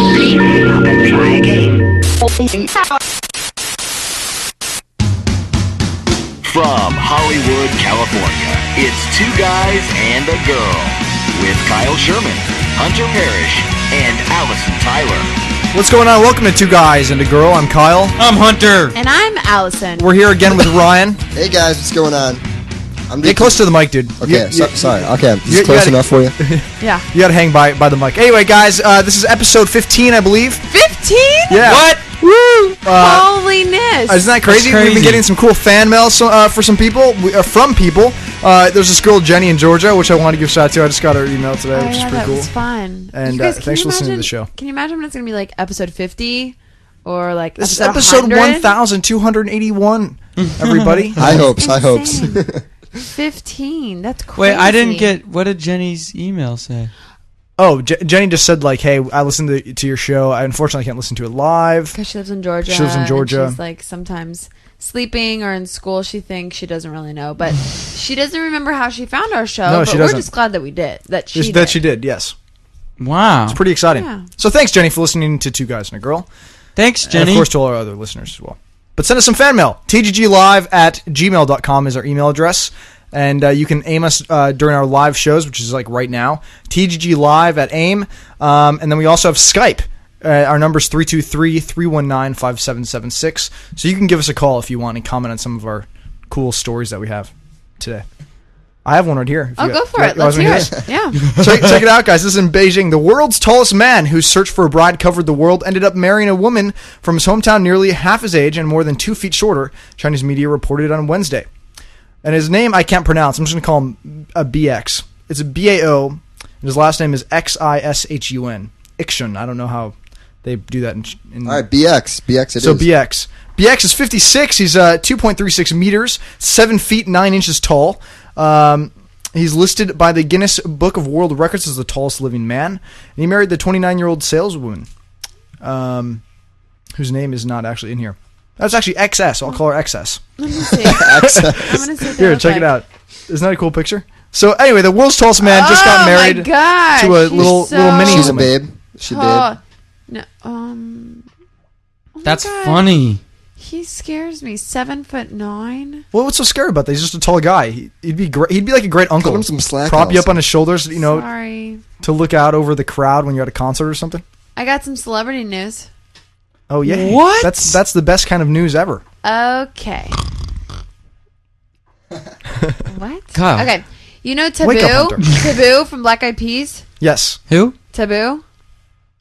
Try again. From Hollywood, California, it's Two Guys and a Girl with Kyle Sherman, Hunter Parrish, and Allison Tyler. What's going on? Welcome to Two Guys and a Girl. I'm Kyle. I'm Hunter. And I'm Allison. We're here again with Ryan. Hey guys, what's going on? I'm Get close to the mic, dude. Okay, You- so, you- sorry. Okay, this you is close gotta- enough for you. yeah. You gotta hang by by the mic. Anyway, guys, uh, this is episode 15, I believe. 15? Yeah. What? Woo! Uh, Holiness. isn't that crazy? We've That's been crazy. getting some cool fan mail so, uh, for some people, we- uh, from people. Uh, there's this girl Jenny in Georgia, which I want to give a shout out to. I just got her email today, Oh, which yeah, is pretty that cool. was fun. And, You uh, can thanks you for listening to imagine- the show. Can you imagine when it's going to be like episode 50 or like This is episode, episode 100? 1,281. Everybody, High hopes, high hopes. Insane. 15. That's crazy. Wait, I didn't get. What did Jenny's email say? Oh, Je- Jenny just said like, "Hey, I listened to, to your show. I unfortunately can't listen to it live." Because she lives in Georgia. She lives in and Georgia. she's like sometimes sleeping or in school. She thinks she doesn't really know, but she doesn't remember how she found our show. No, but she we're doesn't. just glad that we did. That she Just- did. that she did. Yes, Wow. it's pretty exciting. Yeah. So thanks, Jenny, for listening to Two Guys and a Girl, Thanks, and Jenny. of course to all our other listeners as well. But send us some fan mail. TGGlive at gmail.com is our email address. And uh, you can aim us uh, during our live shows, which is like right now. TGG Live at AIM. Um, and then we also have Skype. Uh, our number's 323 319 5776. So you can give us a call if you want and comment on some of our cool stories that we have today. I have one right here. if Oh, you- go for you- it. you guys Let's wanna hear it. Yeah. check, check it out, guys. This is in Beijing. The world's tallest man whose search for a bride covered the world ended up marrying a woman from his hometown nearly half his age and more than two feet shorter, Chinese media reported on Wednesday. And his name I can't pronounce. I'm just going to call him a BX. It's a BAO, and his last name is X I S H U N. Ixun. I don't know how they do that in. in All right, BX, BX. It is. so BX. BX is 56. He's uh, 2.36 meters, 7 feet 9 inches tall. Um, he's listed by the Guinness Book of World Records as the tallest living man. And he married the 29 year old saleswoman, um, whose name is not actually in here. That's actually XS. I'll call her XS. Let me see. I'm gonna see what they Here, look check like. it out. Isn't that a cool picture? So anyway, the world's tallest man just got Oh my married gosh, to a he's little- so little mini She's a woman. babe. She tall. babe. No, um, oh my That's God. funny. He scares me. Seven foot nine. Well, what's so scary about that? He's just a tall guy. He- He'd be great. He'd be like a great uncle. him some slack, Prop you up Allison. on his shoulders, you know, Sorry, to look out over the crowd when you're at a concert or something. I got some celebrity news. Oh yeah. What? That's that's the best kind of news ever. Okay. what? Kyle. Okay, you know up, Taboo, Hunter. Taboo from Black Eyed Peas. Yes. Who? Taboo.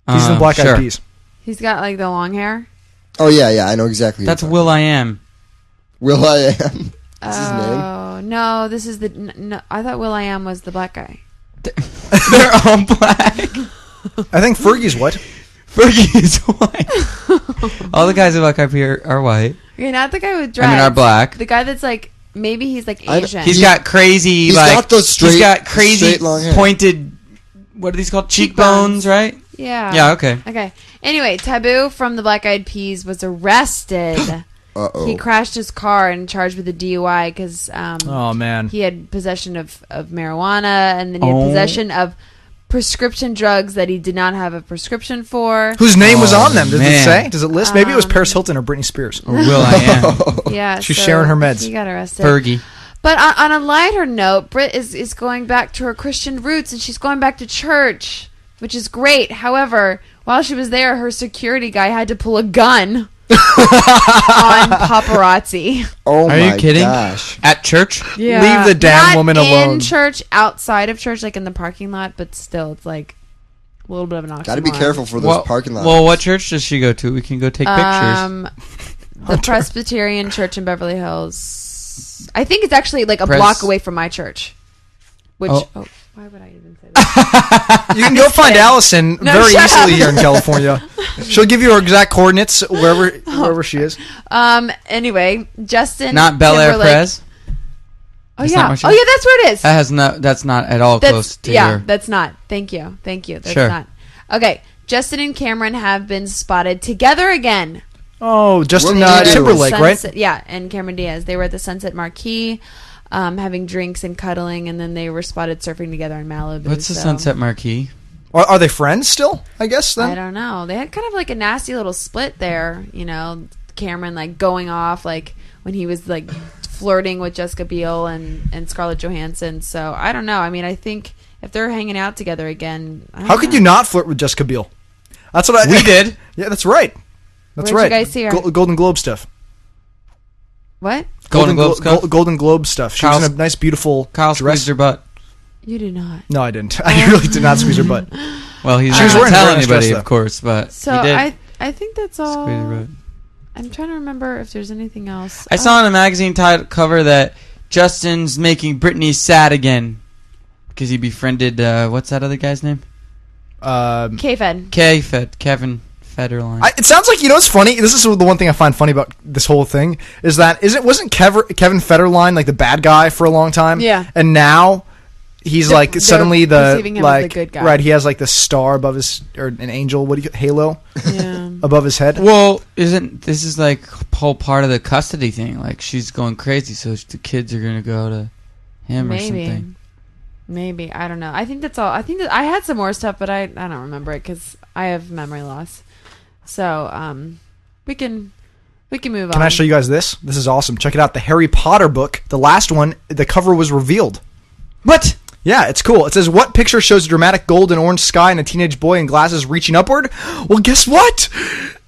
He's in Um, Black sure. Eyed Peas. He's got like the long hair. Oh yeah, yeah. I know exactly. who That's you're Will I Am. talking- Will I am. That's his name. Oh no, this is the. n- No, I thought Will I Am was the black guy. They're all black. I think Fergie's what? Fergie is white. all the guys in Black Eyed Peas are, are white. Okay, not the guy with I dreads. mean, are black. The guy that's like maybe he's like I- Asian. He's He- got crazy he's like got those straight- he's got crazy straight long hair. pointed. What are these called? Cheekbones. Cheekbones, right? Yeah. Yeah, okay. Okay. Anyway, Taboo from the Black Eyed Peas was arrested. Uh he oh. crashed his car and charged with a DUI because um, Oh man. he had possession of, of marijuana and then he had Oh. possession of prescription drugs that he did not have a prescription for. Whose name was Oh, on them? Does it man. say? Does it list? Maybe it was Um, Paris Hilton or Britney Spears. Or Will I Am. yeah, She's sharing her meds. He got arrested. Fergie. But on, on a lighter note, Brit is, is going back to her Christian roots and she's going back to church, which is great. However, while she was there, her security guy had to pull a gun on paparazzi. Oh Are you my kidding? gosh. At church. Leave the damn Not woman In alone. church, outside of church, like in the parking lot, but still, it's like a little bit of an oxymoron. Got to be careful for those Well, parking lots. well, what church does she go to? We can go take pictures. Um, the Presbyterian Church in Beverly Hills. I think it's actually like a Pres- block away from my church. Which Oh. oh, why would I even say that? You can go find Allison No, very shut easily up. here in California. She'll give you her exact coordinates wherever Oh. wherever she is. um. Anyway, Justin. not Bel Air Timberlake- Prez. Oh That's yeah. not my oh church. yeah. That's where it is. That has no. That's not at all that's close to yeah. your. That's not. Thank you. Thank you. That's Sure. not. Okay. Justin and Cameron have been spotted together again. Oh, Justin What uh, do you do? Timberlake, right? Sunset- Yeah, and Cameron Diaz. They were at the Sunset Marquee. um, having drinks and cuddling, and then they were spotted surfing together in Malibu. What's the so- Sunset Marquee? Are, are they friends still? I guess then. I don't know. They had kind of like a nasty little split there, you know. Cameron like going off like when he was like flirting with Jessica Biel and and Scarlett Johansson. So I don't know. I mean, I think if they're hanging out together again, I don't How could know. you not flirt with Jessica Biel? That's what I. We did. yeah, that's right. That's Where'd you right. guys see her? Gol- Golden Globe stuff. What Golden Glo- Globes. Cup? Gol- Golden Globe stuff. She was Kyle's- in a nice, beautiful Kyle dress. squeezed her butt. you do not. No, I didn't. I really did not squeeze her butt. Well, he's She was not wearing a tell very nice anybody, dress, of though. course, but So he did. I I think that's all. squeeze her butt. I'm trying to remember if there's anything else. Oh, I saw on a magazine title cover that Justin's making Britney sad again because he befriended uh, what's that other guy's name? Um, K Fed. K. Fed Kevin Federline. I, it sounds like you know what's funny. This is the one thing I find funny about this whole thing is that is it wasn't Kevin Kevin Federline like the bad guy for a long time, Yeah. and now he's They're- like they're suddenly the perceiving him as like the good guy. right. He has like the star above his or an angel, what do you halo Yeah. above his head. well, isn't this is like whole part of the custody thing? Like she's going crazy, so the kids are gonna go to him or Maybe. something. Maybe I don't know. I think that's all. I think that I had some more stuff, but I I don't remember it because I have memory loss. So um, we can we can move Can on. I show you guys this? This is awesome. Check it out. The Harry Potter book, the last one, the cover was revealed. What? Yeah, it's cool. It says, What picture shows a dramatic gold and orange sky and a teenage boy in glasses reaching upward? Well, guess what?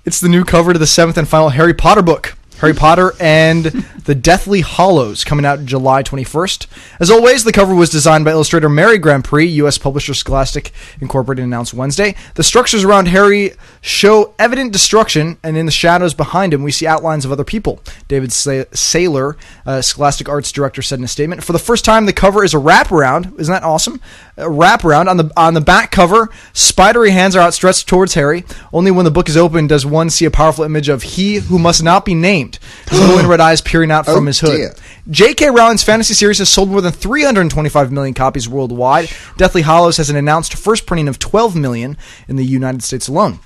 It's the new cover to the seventh and final Harry Potter book. Harry Potter and the Deathly Hollows, coming out July 21st. As always, the cover was designed by illustrator Mary Grand Prix, U.S. publisher Scholastic Incorporated announced Wednesday. The structures around Harry show evident destruction, and in the shadows behind him, we see outlines of other people. David Sa- Saylor, uh, Scholastic Arts director, said in a statement, "For the first time, the cover is a wraparound. Isn't that awesome? A wraparound on the on the back cover. Spidery hands are outstretched towards Harry. Only when the book is open does one see a powerful image of he who must not be named, his blue and red eyes peering out from Oh, his hood." dear. J.K. Rowling's fantasy series has sold more than 325 million copies worldwide. Deathly Hollows has an announced first printing of 12 million in the United States alone.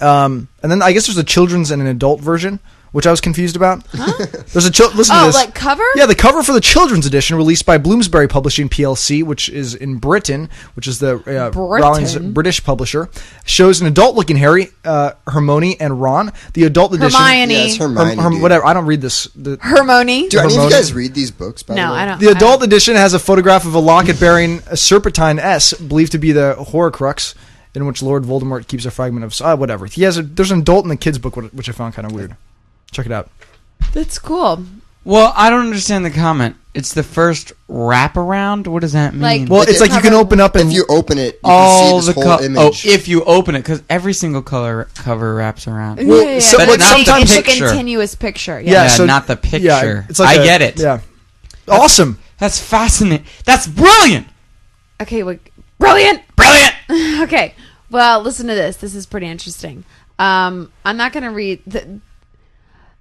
Um, and then I guess there's a children's and an adult version, which I was confused about. There's a chil- listen Oh, to this. like cover? Yeah, the cover for the children's edition released by Bloomsbury Publishing PLC, which is in Britain, which is the uh, Rowling's Britain? British publisher, shows an adult-looking Harry, uh, Hermione, and Ron. The adult edition, Hermione. Yeah, it's Hermione. Herm- Herm- dude. whatever. I don't read this. The, Hermione. Dude, I mean, you Hermione. guys read these books? By the no, way? I don't. The Uh, I adult don't- edition has a photograph of a locket bearing a serpentine S, believed to be the Horcrux, in which Lord Voldemort keeps a fragment of uh, whatever. He has a, there's an adult in the kids book, wh- which I found kind of weird. Check it out. That's cool. Well, I don't understand the comment. It's the first wraparound. What does that mean? Like- Well, Like it's like it- you can open up and If you open it, you all can see the this co- whole oh, image. if you open it, because every single color cover wraps around. Mm-hmm. Well, yeah, yeah, so- yeah. but It's not like- the it's a picture. continuous picture. Yeah. yeah, Yeah, so- not the picture. Yeah, I a- get it. Yeah, awesome. That's fascinating. That's brilliant. Okay. Well, brilliant. Brilliant. okay. Well, listen to this. This is pretty interesting. Um, I'm not going to read the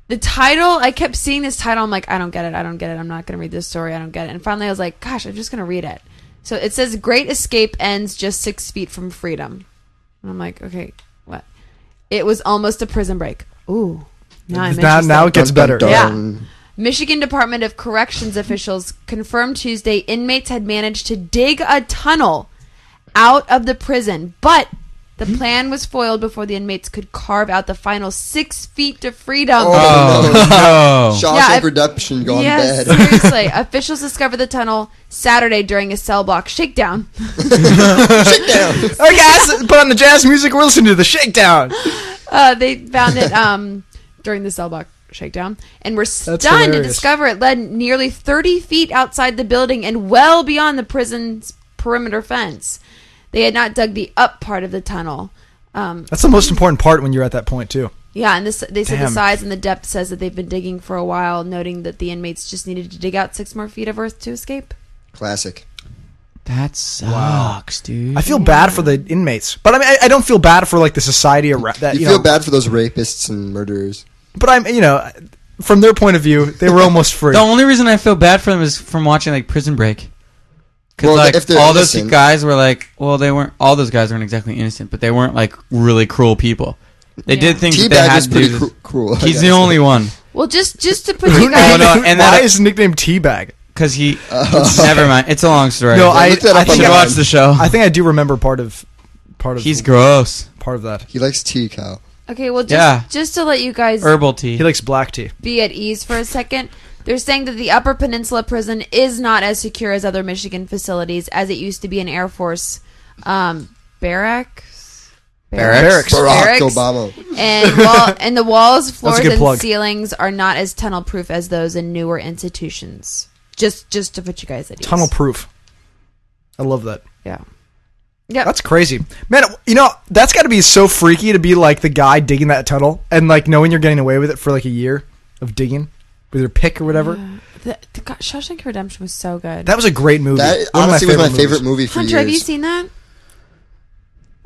the title. I kept seeing this title. I'm like, I don't get it. I don't get it. I'm not going to read this story. I don't get it. And finally, I was like, gosh, I'm just going to read it. So it says, "Great Escape ends just six feet from freedom." And I'm like, okay, what? It was almost a prison break. Ooh, now I'm now, interested. now it gets Dun, better. dun, dun. Yeah. Michigan Department of Corrections officials confirmed Tuesday inmates had managed to dig a tunnel out of the prison, but the plan was foiled before the inmates could carve out the final six feet to freedom. Oh. Shawshank Yeah, if- Redemption Oh, gone Yes, bad. seriously. Officials discovered the tunnel Saturday during a cell block shakedown. All right, guys, put on the jazz music. We're listening to the Shakedown. Uh, they found it um, during the cell block shakedown and were stunned to hilarious. discover it led nearly 30 feet outside the building and well beyond the prison's perimeter fence. They had not dug the up part of the tunnel. Um, That's the most important part when you're at that point too. yeah, and this, they said the Damn. size and the depth says that they've been digging for a while, noting that the inmates just needed to dig out six more feet of earth to escape. Classic. That sucks, dude. I feel bad for the inmates, but I mean, I, I don't feel bad for like the society around that. You, You, feel know, bad for those rapists and murderers. but I'm you know, from their point of view, they were almost free. the only reason I feel bad for them is from watching like Prison Break. Because Well, like if they're all those innocent. guys were like, well, they weren't. All those guys weren't exactly innocent, but they weren't like really cruel people. They Yeah. did things that they Teabag had is to do. pretty to- cru- cruel. I He's the guess. only one. Well, just just to put Who you guys, named- no, and Oh, why that- is his nickname Teabag? because he. never mind. It's a long story. No, I, look that I up should think online. I, watch the show. I think I do remember part of part of He's gross. part of that. He likes tea, Kyle. Okay, well, just, Yeah. just to let you guys Herbal tea. He likes black tea. be at ease for a second. They're saying that the Upper Peninsula prison is not as secure as other Michigan facilities, as it used to be an Air Force um, barracks. Barracks. Barack Barracks. Obama. And, wall, and the walls, floors, good and plug. ceilings are not as tunnel proof as those in newer institutions. Just, just to put you guys at ease. Tunnel proof. I love that. Yeah. Yep. That's crazy, man. You know that's got to be so freaky to be like the guy digging that tunnel and like knowing you're getting away with it for like a year of digging with your pick or whatever. the, the, God, Shawshank Redemption was so good. That was a great movie. That One of honestly was my movies. favorite movie for Hunter, years. have you seen that?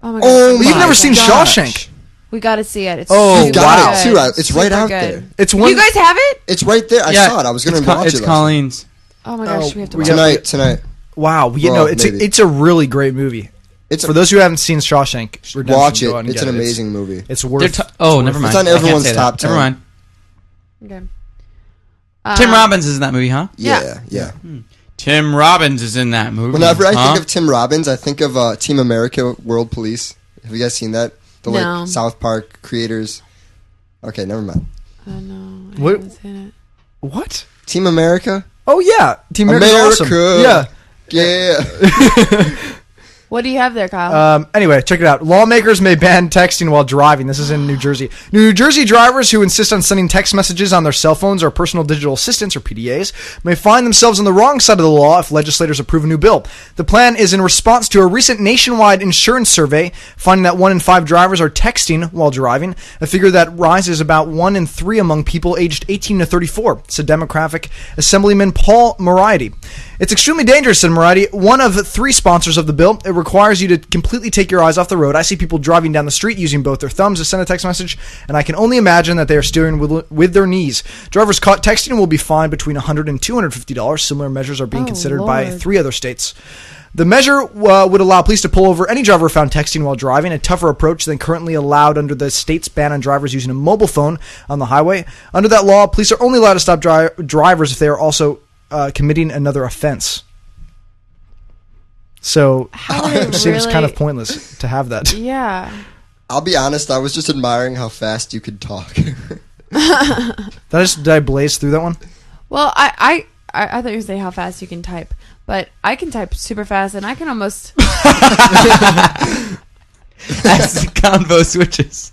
Oh my god! Oh, come You've on. never seen gosh. Shawshank. We gotta see it. It's Oh, super got it good. too. I- it's right Super out good. there. It's one. you guys have it? It's right there. I saw it. I was going it's to Co- watch It's it. last night. Colleen's. Oh my gosh, we have to we watch got- it. Tonight, tonight. wow. You know, Well, it's a, maybe. it's a really great movie. It's For those who haven't seen Shawshank, Redemption, watch go out it. and It's get an it. amazing movie. It's, They're worth. t- oh, never mind. on I can't everyone's say that. top 10. Never mind. Okay. Tim Um, Robbins is in that movie, huh? Yeah. Yeah, yeah. Tim Robbins is in that movie. Whenever I huh? think of Tim Robbins, I think of uh, Team America: World Police. Have you guys seen that? The No. like South Park creators. Okay, never mind. Oh no, I What- haven't seen it. what? Team America. Oh yeah, Team America's awesome. Yeah. America. Yeah. What do you have there, Kyle? Um, anyway, check it out. Lawmakers may ban texting while driving. This is in New Jersey. New Jersey drivers who insist on sending text messages on their cell phones or personal digital assistants, or PDAs, may find themselves on the wrong side of the law if legislators approve a new bill. The plan is in response to a recent nationwide insurance survey finding that one in five drivers are texting while driving, a figure that rises about one in three among people aged 18 to 34, said Demographic Assemblyman Paul Moriarty. It's extremely dangerous, said Moriarty, one of three sponsors of the bill. It requires you to completely take your eyes off the road. I see people driving down the street using both their thumbs to send a text message, and I can only imagine that they are steering with, with their knees. Drivers caught texting will be fined between $100 and $250. Similar measures are being Oh, considered by Lord. three other states. The measure uh, would allow police to pull over any driver found texting while driving, a tougher approach than currently allowed under the state's ban on drivers using a mobile phone on the highway. Under that law, police are only allowed to stop dri- drivers if they are also uh, committing another offense. So How are it they seems kind of really- pointless to have that. yeah. I'll be honest. I was just admiring how fast you could talk. Did I, just, did I blaze through that one? Well, I, I, I, I thought you were saying how fast you can type, but I can type super fast, and I can almost. as the convo switches.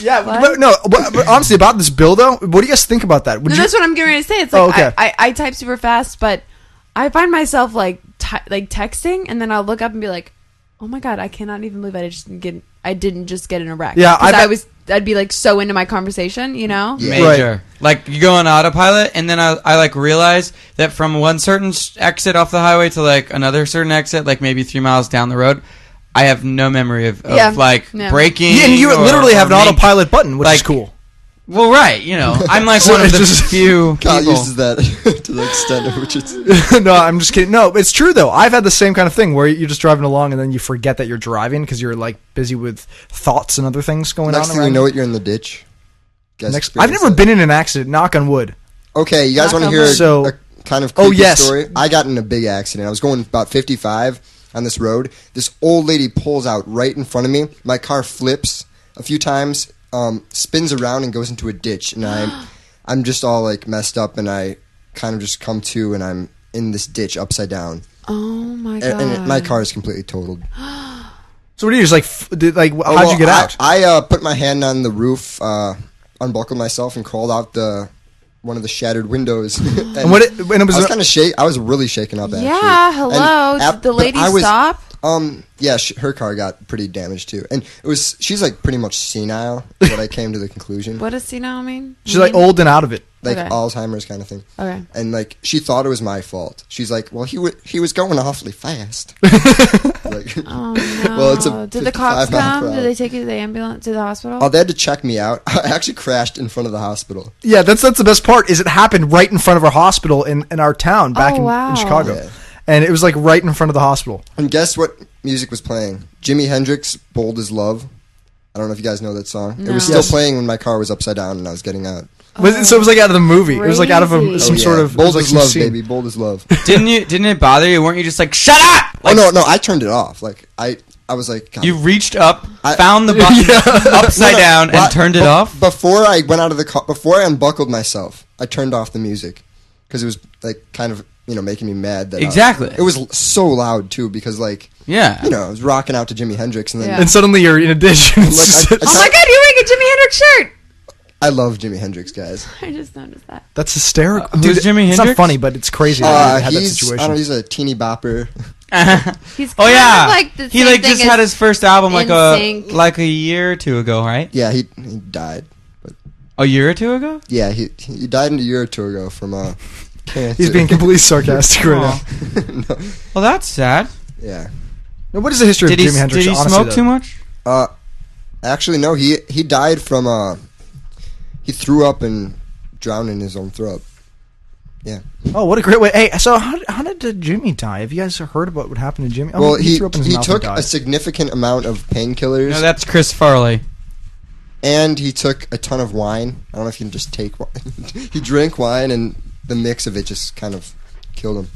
Yeah, What? but no. But, but honestly, about this bill though, what do you guys think about that? Would No, you, that's what I'm getting ready to say. It's like Oh, okay. I, I, I type super fast, but I find myself like ty- like texting, and then I'll look up and be like, "Oh my god, I cannot even believe I just didn't get I didn't just get in a wreck." Yeah, 'Cause I've- I was I'd be like so into my conversation, you know. Major. Like you go on autopilot, and then I, I like realize that from one certain s- exit off the highway to like another certain exit, like maybe three miles down the road, I have no memory of, of Yeah. like No. braking. Yeah, and you or- literally have an or make- autopilot button, which is like- cool. Well, right. You know, I'm like So one of it's the just- few Kyle people. uses that to the extent of which it's. no, I'm just kidding. No, it's true though. I've had the same kind of thing where you're just driving along and then you forget that you're driving because you're like busy with thoughts and other things going on. Next thing around you know, you. it you're in the ditch. You guys Next, I've experienced never that? been in an accident. Knock on wood. Okay, you guys Knock want to on hear wood. So- a kind of Oh, creepy yes. story? I got in a big accident. I was going about 55 on this road. This old lady pulls out right in front of me. My car flips a few times, um, spins around, and goes into a ditch. And I'm, I'm just all like messed up, and I kind of just come to, and I'm in this ditch upside down, Oh my and, god! and it- my car is completely totaled. So what do you just like? F- did, like, wh- Oh, how'd well, you get I- out? I, uh, put my hand on the roof, uh, unbuckled myself, and crawled out the one of the shattered windows. and, and what? It, and it was, I was kind of shake. I was really shaken up. Actually. Yeah, hello. And Did ap- the but lady I was- stop? Um. Yeah, sh- her car got pretty damaged too, and it was she's like pretty much senile. is what I came to the conclusion, What does senile mean? she's like old and out of it. like okay. Alzheimer's kind of thing. Okay. And like she thought it was my fault. She's like, "Well, he wa he was going awfully fast." like, Oh no! Well, it's a Did the cops 55 mile per come? Did hour. they take you to the ambulance to the hospital? oh, they had to check me out. I actually crashed in front of the hospital. Yeah, that's that's the best part. Is it happened right in front of our hospital in, in our town back Oh, in, wow. in Chicago, Yeah. and it was like right in front of the hospital. And guess what music was playing? Jimi Hendrix, "Bold as Love." I don't know if you guys know that song. It was No. still playing when my car was upside down and I was getting out. Was it- so it was like out of the movie. It was like out of a, Crazy. some Oh, yeah. sort of bold it was like as some love, scene. baby. Bold as love. Didn't you? Didn't it bother you? Weren't you just like, shut up? oh Like, no, no, I turned it off. Like I, I was like, God, You reached up, I- found the button upside down, and Well, turned it be- off. Before I went out of the car, before I unbuckled myself, I turned off the music because it was like kind of you know making me mad. That I- Exactly. it was l- so loud too because like Yeah. you know I was rocking out to Jimi Hendrix and then Yeah. And suddenly you're in a ditch. And Look, it's I- just- Oh my god, you're wearing a Jimi Hendrix shirt. I love Jimi Hendrix guys. I just noticed that. that's hysterical. Uh, who's Jimi It's Hendrix? not funny, but it's crazy. that Uh, you had that he's I situation. don't know, he's a teeny bopper. He's oh kind yeah. of like the he same like thing just as- had his first album like a NSYNC. like a year or two ago, right? Yeah, he, he died. But A year or two ago. yeah, he he died in a year or two ago from uh, cancer. He's being completely sarcastic right now. no, Well, that's sad. yeah. Now, What is the history Did of he? Jimi Hendrix? did he honestly, smoke though? too much? Uh, actually, no. He he died from uh, he threw up and drowned in his own throat. Yeah. Oh, what a great way! Hey, so how did, how did Jimmy die? Have you guys heard about what happened to Jimmy? Oh, well, he threw up in his he mouth and took died. a significant amount of painkillers, No, that's Chris Farley. and he took a ton of wine. I don't know if you can just take wine. he drank wine, and the mix of it just kind of killed him.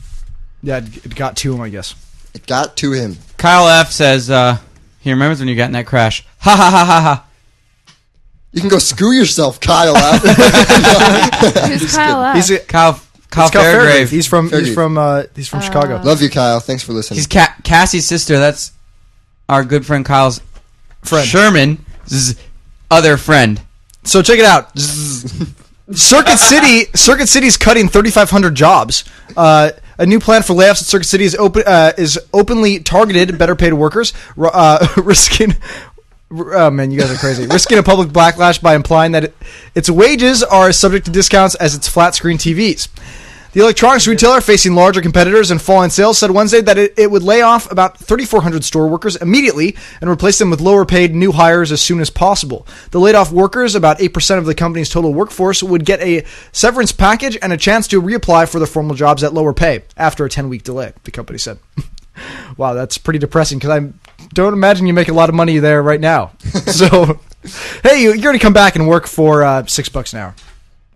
yeah, it it got to him, I guess. It got to him. Kyle F says uh, he remembers when you got in that crash. Ha ha ha ha ha. You can go screw yourself, Kyle. Who's Kyle F? He's a, Kyle Kyle, it's Kyle Fairgrave. Fairgrave. He's from he's Fairgrave. from uh, he's from Chicago. Love you, Kyle. Thanks for listening. He's Ca- Cassie's sister. That's our good friend Kyle's Friend. Sherman's other friend. So check it out. Circuit City, Circuit City's cutting 3,500 jobs. Uh, a new plan for layoffs at Circuit City is open uh, is openly targeted better paid workers, ru- uh, risking. Oh man, you guys are crazy. Risking a public backlash by implying that it, its wages are subject to discounts as its flat screen TVs. The electronics retailer, facing larger competitors and falling sales, said Wednesday that it, it would lay off about 3,400 store workers immediately and replace them with lower paid new hires as soon as possible. The laid off workers, about 8% of the company's total workforce, would get a severance package and a chance to reapply for their formal jobs at lower pay after a 10 week delay, the company said. wow, that's pretty depressing because I don't imagine you make a lot of money there right now. so, hey, you- you're going to come back and work for uh, six bucks an hour.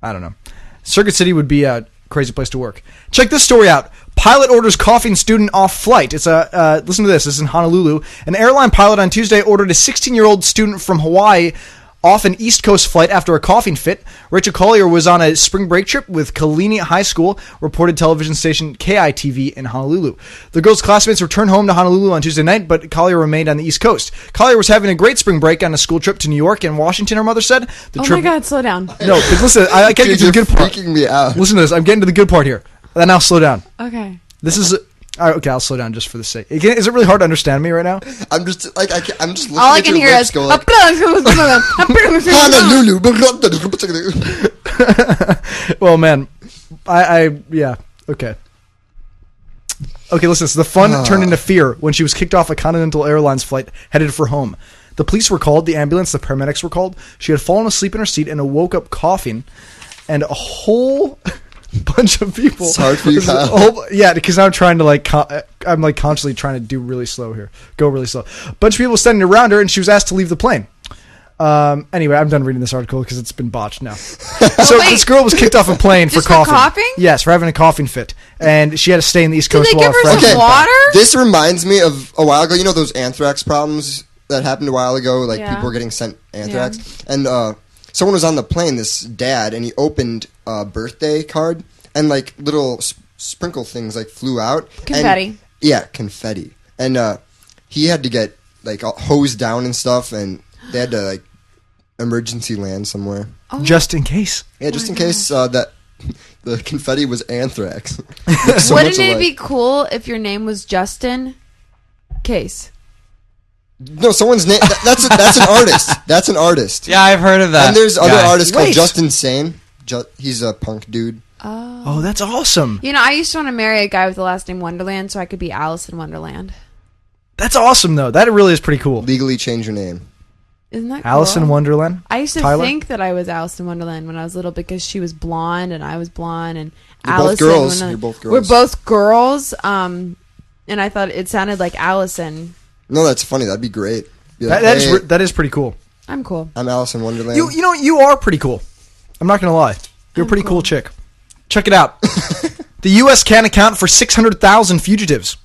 I don't know. Circuit City would be a crazy place to work. Check this story out. Pilot orders coughing student off flight. It's a uh, listen to this. This is in Honolulu. An airline pilot on Tuesday ordered a 16-year-old student from Hawaii off an East Coast flight after a coughing fit. Rachel Collier was on a spring break trip with Kalini High School, reported television station KITV in Honolulu. The girl's classmates returned home to Honolulu on Tuesday night, but Collier remained on the East Coast. Collier was having a great spring break on a school trip to New York and Washington. Her mother said the oh trip. my god, slow down. No, but listen, I, I can't get to Dude, the you're good part. freaking me out. Listen to this. I'm getting to the good part here. Then I'll slow down. Okay. This is. All right, okay, I'll slow down just for the sake. Again, Is it really hard to understand me right now? I'm just like I can't, I'm just looking All I at can your hear lips is. going like, Honolulu. Honolulu. Well, man, I, I yeah, okay. Okay, listen. So the fun Ah. turned into fear when she was kicked off a Continental Airlines flight headed for home. The police were called, the ambulance, the paramedics were called. She had fallen asleep in her seat and woke up coughing, and a whole bunch of people. It's hard for you, This is a Kyle. whole- yeah, because I'm trying to like, con- I'm like constantly trying to do really slow here, go really slow. A bunch of people standing around her, and she was asked to leave the plane. Um, anyway, I'm done reading this article because it's been botched now. so Oh, wait. this girl was kicked off a plane Just for for coughing. coughing? Yes, for having a coughing fit, and she had to stay in the East Did Coast. they while give her friends some went back. water? This reminds me of a while ago. You know those anthrax problems that happened a while ago. Like Yeah. people were getting sent anthrax, and uh, someone was on the plane. This dad, and he opened a birthday card, and like little sp- sprinkle things like flew out. And- Confetti. yeah, confetti, and uh, he had to get like all- hosed down and stuff, and they had to like emergency land somewhere. Just in case. Yeah, Oh just in case uh, that the confetti was anthrax. Looks so Wouldn't much it alike. be cool if your name was Justin? Case. No, someone's name. That, that's a, that's an artist. That's an artist. Yeah, I've heard of that. And there's other guy. artists Wait. called Justin Sane. Ju- he's a punk dude. Oh, that's awesome. You know, I used to want to marry a guy with the last name Wonderland so I could be Alice in Wonderland. That's awesome though. That really is pretty cool. Legally change your name. Isn't that cool? Alice in Wonderland. I used to Tyler? think that I was Alice in Wonderland when I was little because she was blonde and I was blonde and You're both Alice in girls. Wonderland- You're both We're girls. both girls. Um, and I thought it sounded like Allison. No, that's funny. That'd be great. Be like, That, that is "Hey, re- that is pretty cool. I'm cool. I'm Alice in Wonderland. You you know you are pretty cool. I'm not gonna lie. You're a pretty cool chick. Check it out. the U.S. can account for 600,000 fugitives.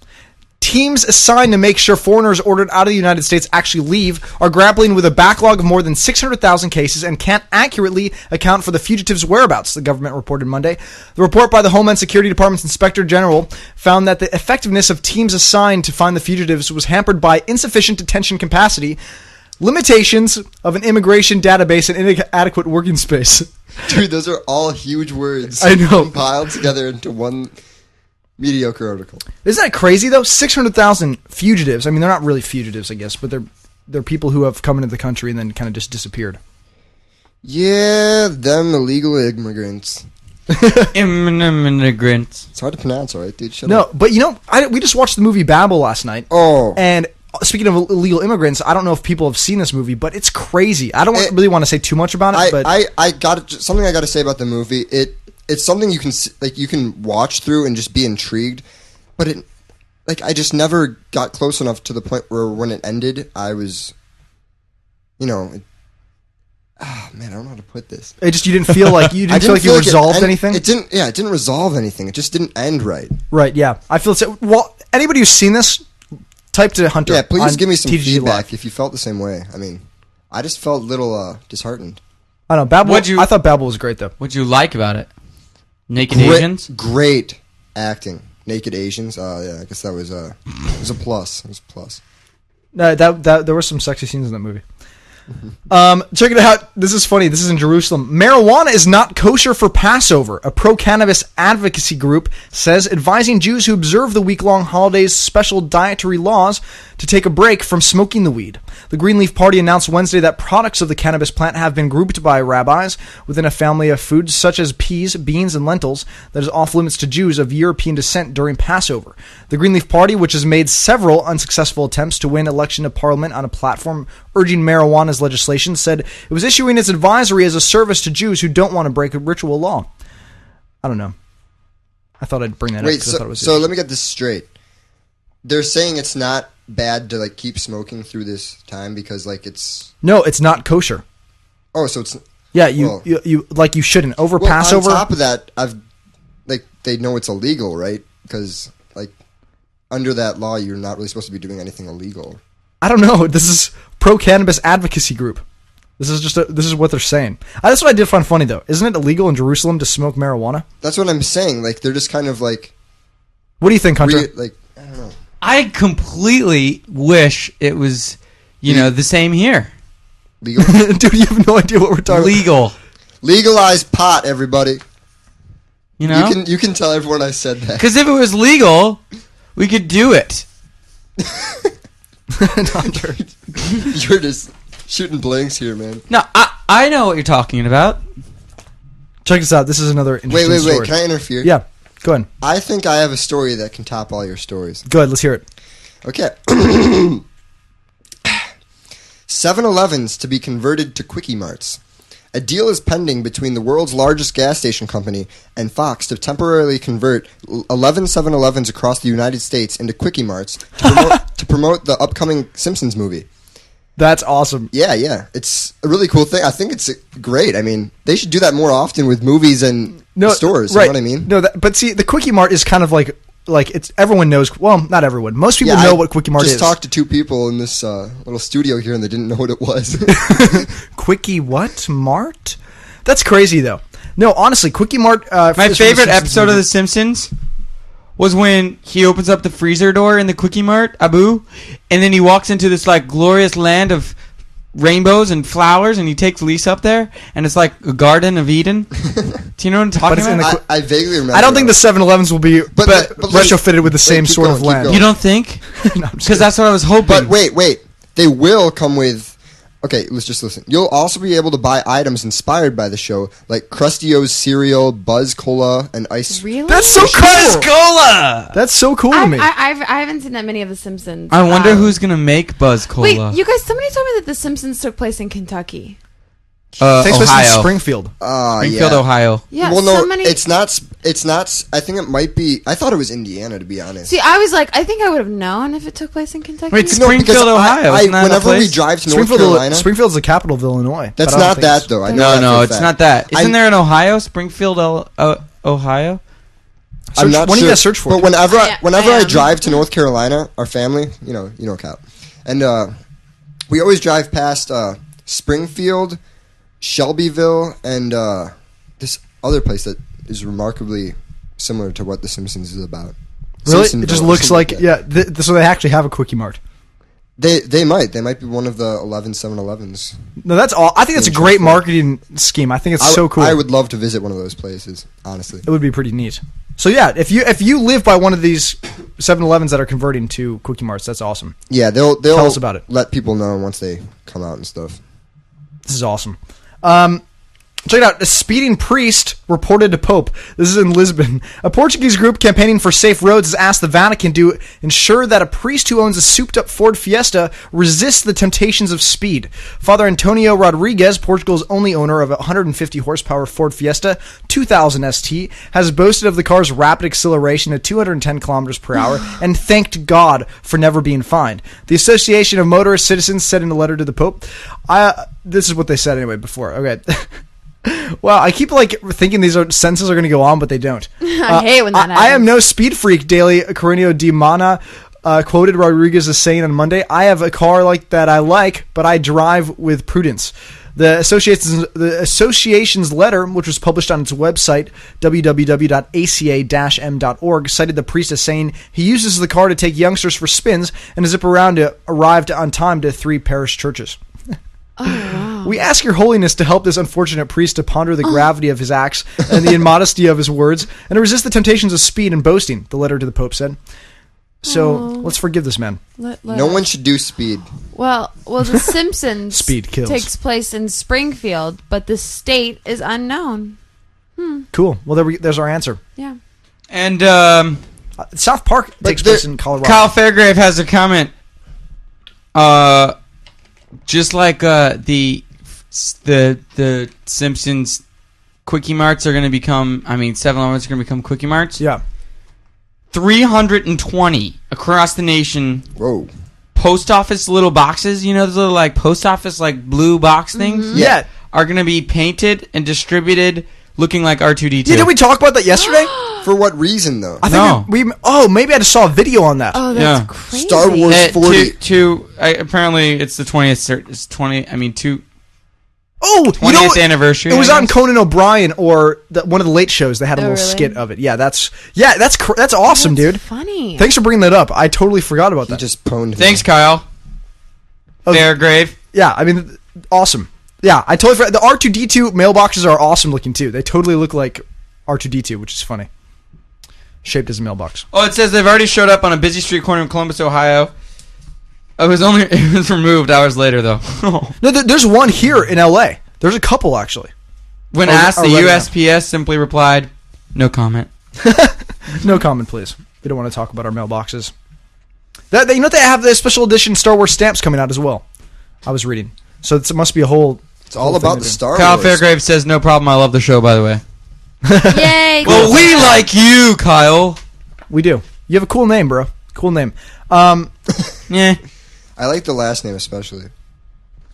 Teams assigned to make sure foreigners ordered out of the United States actually leave are grappling with a backlog of more than 600,000 cases and can't accurately account for the fugitives' whereabouts, the government reported Monday. The report by the Homeland Security Department's Inspector General found that the effectiveness of teams assigned to find the fugitives was hampered by insufficient detention capacity, limitations of an immigration database, and inadequate working space. Dude, those are all huge words. I know. Compiled together into one mediocre article. Isn't that crazy though? Six hundred thousand fugitives. I mean, they're not really fugitives, I guess, but they're they're people who have come into the country and then kind of just disappeared. Yeah, them illegal immigrants. Immigrants. It's hard to pronounce, all right, dude? Shut No, up. but you know, I, we just watched the movie Babel last night. Oh. and uh, speaking of illegal immigrants, I don't know if people have seen this movie, but it's crazy. I don't It- really want to say too much about it, Eh, I, but I, I got something I got to say about the movie. It it's something you can s- like you can watch through and just be intrigued, but it like I just never got close enough to the point where when it ended, I was, you know, it, ah man, I don't know how to put this. it just you didn't feel like you I didn't, feel like you it resolved end- anything. It didn't. Yeah, it didn't resolve anything. It just didn't end right. right? Yeah, I feel so. Well, anybody who's seen this, type to Hunter. Yeah, please on give me some TGG Live. feedback if you felt the same way. I mean, I just felt a little uh, disheartened. I don't know. Babel. What'd you- I thought Babel was great though. What'd you like about it? Naked Great- Asians? Great acting. Naked Asians. Uh, yeah, I guess that was uh, it was a plus. It was a plus. No, that, that there were some sexy scenes in that movie. Um, check it out. This is funny. This is in Jerusalem. Marijuana is not kosher for Passover. A pro cannabis advocacy group says advising Jews who observe the week long holiday's special dietary laws to take a break from smoking the weed. The Greenleaf Party announced Wednesday that products of the cannabis plant have been grouped by rabbis within a family of foods such as peas, beans, and lentils that is off limits to Jews of European descent during Passover. The Greenleaf Party, which has made several unsuccessful attempts to win election to parliament on a platform urging marijuana's legislation, said it was issuing its advisory as a service to Jews who don't want to break a ritual law. I don't know. I thought I'd bring that up Wait, 'cause I thought it so, was so let me get this straight. They're saying it's not bad to like keep smoking through this time because like it's no, it's not kosher. oh so it's Yeah, you, Well- you, you like you shouldn't over well, Passover. On top of that, I've like they know it's illegal, right? Because like under that law, you're not really supposed to be doing anything illegal. I don't know. This is pro cannabis advocacy group. This is just a, this is what they're saying. Uh, that's what I did find funny though. Isn't it illegal in Jerusalem to smoke marijuana? That's what I'm saying. Like they're just kind of like What do you think, Hunter? re- like I don't know. I completely wish it was, you know, the same here. Legal, Dude, you have no idea what we're talking. about. Legal. legalize pot, everybody. You know? You can you can tell everyone I said that. Because if it was legal, we could do it. You're just shooting blanks here, man. No, I, I know what you're talking about. Check this out. This is another Wait, interesting wait, story. wait. Can I interfere? yeah, go ahead. I think I have a story that can top all your stories. Go ahead. Let's hear it. Okay. 7 Elevens to be converted to Quickie Marts. A deal is pending between the world's largest gas station company and Fox to temporarily convert 11 7 Elevens across the United States into Quickie Marts to promote, to promote the upcoming Simpsons movie. That's awesome. Yeah, yeah. It's a really cool thing. I think it's great. I mean, they should do that more often with movies and stores. Right. You know what I mean? No, that, but see, the quickie mart is kind of like like it's everyone knows. Well, not everyone. Most people know I what quickie mart just is. talked to two people in this uh, little studio here, and they didn't know what it was. quickie what mart? That's crazy though. No, honestly, quickie mart. Uh, is My from the favorite Simpsons episode of movie. The Simpsons was when he opens up the freezer door in the Quickie Mart, Abu, and then he walks into this like glorious land of rainbows and flowers, and he takes Lisa up there, and it's like a Garden of Eden. Do you know what I'm But talking it's in about? I, I vaguely remember. I don't think the 7-Elevens will be be- But- but- but let's- retrofitted with the let's same keep sort going, of keep land. going. you don't think? No, I'm just Because that's what I was hoping. But wait, wait. They will come with. Okay, let's just listen. You'll also be able to buy items inspired by the show, like Krusty O's cereal, Buzz Cola, and ice. Really? That's so Buzz cool. Cola. That's so cool I, to me. I, I've, I haven't seen that many of The Simpsons. I wonder Um, who's gonna make Buzz Cola. Wait, you guys! Somebody told me that The Simpsons took place in Kentucky. uh, takes place in Ohio. Springfield. Uh, Springfield, yeah. Ohio. Yeah, well, no, so many. it's not. It's not. I think it might be. I thought it was Indiana, to be honest. See, I was like, I think I would have known if it took place in Kentucky. Wait, No, because Springfield, I, Ohio, I, isn't that a whenever we place? drive to North Springfield, Carolina, Springfield's the capital of Illinois. that's but I not don't think that it's- though. I know No, that for no, a it's fact. not that. I- Isn't there in Ohio? Springfield, El- uh, Ohio? Search- when do you guys search for But it? whenever, I I, am- whenever I I, am. drive to North Carolina, our family, you know, you know, Cal, and uh, we always drive past uh, Springfield, Shelbyville, and uh, this other place that is remarkably similar to what The Simpsons is about. Really, Simpsonville it just or looks something like yeah. Th- th- so they actually have a quickie mart. They they might they might be one of the 11 7-Elevens. No, that's all. I think it's a great marketing scheme. I think it's I w- so cool. I would love to visit one of those places, honestly. it would be pretty neat. So yeah, if you if you live by one of these 7-Elevens that are converting to quickie marts, that's awesome. Yeah, they'll they'll Tell us about it. Let people know once they come out and stuff. This is awesome. Um, check it out. A speeding priest reported to Pope. This is in Lisbon. A Portuguese group campaigning for safe roads has asked the Vatican to ensure that a priest who owns a souped up Ford Fiesta resists the temptations of speed. Father Antonio Rodriguez, Portugal's only owner of a 150 horsepower Ford Fiesta 2000 ST, has boasted of the car's rapid acceleration at 210 kilometers per hour and thanked God for never being fined. The Association of Motorist Citizens said in a letter to the Pope, I, this is what they said anyway before. Okay. Well, I keep like thinking these are, sentences are going to go on, but they don't. Uh, I hate when that I, I am happens. no speed freak. Daily Corino Di Mana uh, quoted Rodriguez as saying on Monday, "I have a car like that I like, but I drive with prudence." The association's, the association's letter, which was published on its website www.aca-m.org, cited the priest as saying he uses the car to take youngsters for spins and to zip around to arrived on time to three parish churches. We ask your holiness to help this unfortunate priest to ponder Oh. the gravity of his acts and the immodesty of his words, and to resist the temptations of speed and boasting, the letter to the Pope said. So Oh. let's forgive this man. Let- let No us- one should do speed. Well, well, The Simpsons Speed kills. takes place in Springfield, but the state is unknown. Cool. Well, there we, there's our answer. Yeah. And um, Uh, South Park takes there- place in Colorado. Kyle Fairgrave has a comment. Uh, just like uh, the the the Simpsons quickie marts are going to become. I mean, Seven Elevens are going to become quickie marts. yeah. Three hundred and twenty across the nation. Whoa. Post office little boxes. You know, those little like post office like blue box things. Yeah. are going to be painted and distributed, looking like R two D two. Yeah, did we talk about that yesterday? For what reason though? I think No. we, we. Oh, maybe I just saw a video on that. Oh, that's Yeah. crazy. Star Wars Uh, forty. to, to I, apparently it's the twentieth. It's twenty. I mean, two. oh, you know 20th what? anniversary, It was I on guess. Conan O'Brien or the, one of the late shows. They had a Oh, little really? skit of it. Yeah, that's yeah, that's cr- that's awesome, That's dude. Funny. Thanks for bringing that up. I totally forgot about He that. just pwned. Thanks, Me. Kyle. Oh. Fairgrave. Yeah, I mean, awesome. Yeah, I totally forgot. The R two D two mailboxes are awesome looking too. They totally look like R two D two, which is funny. Shaped as a mailbox. Oh, it says they've already showed up on a busy street corner in Columbus, Ohio. Oh, It was only it was removed hours later though. No, there, there's one here in L.A. There's a couple actually. when Oh, asked, the oh, right now. USPS simply replied, "No comment." No comment, please. We don't want to talk about our mailboxes. That they, you know they have the special edition Star Wars stamps coming out as well. I was reading, so it's, it must be a whole. It's all about the Star Kyle Wars. Fairgrave says, "No problem. I love the show." By the way. Yay. Well, we like you, Kyle. We do. You have a cool name, bro. Cool name. Um, Yeah. I like the last name especially.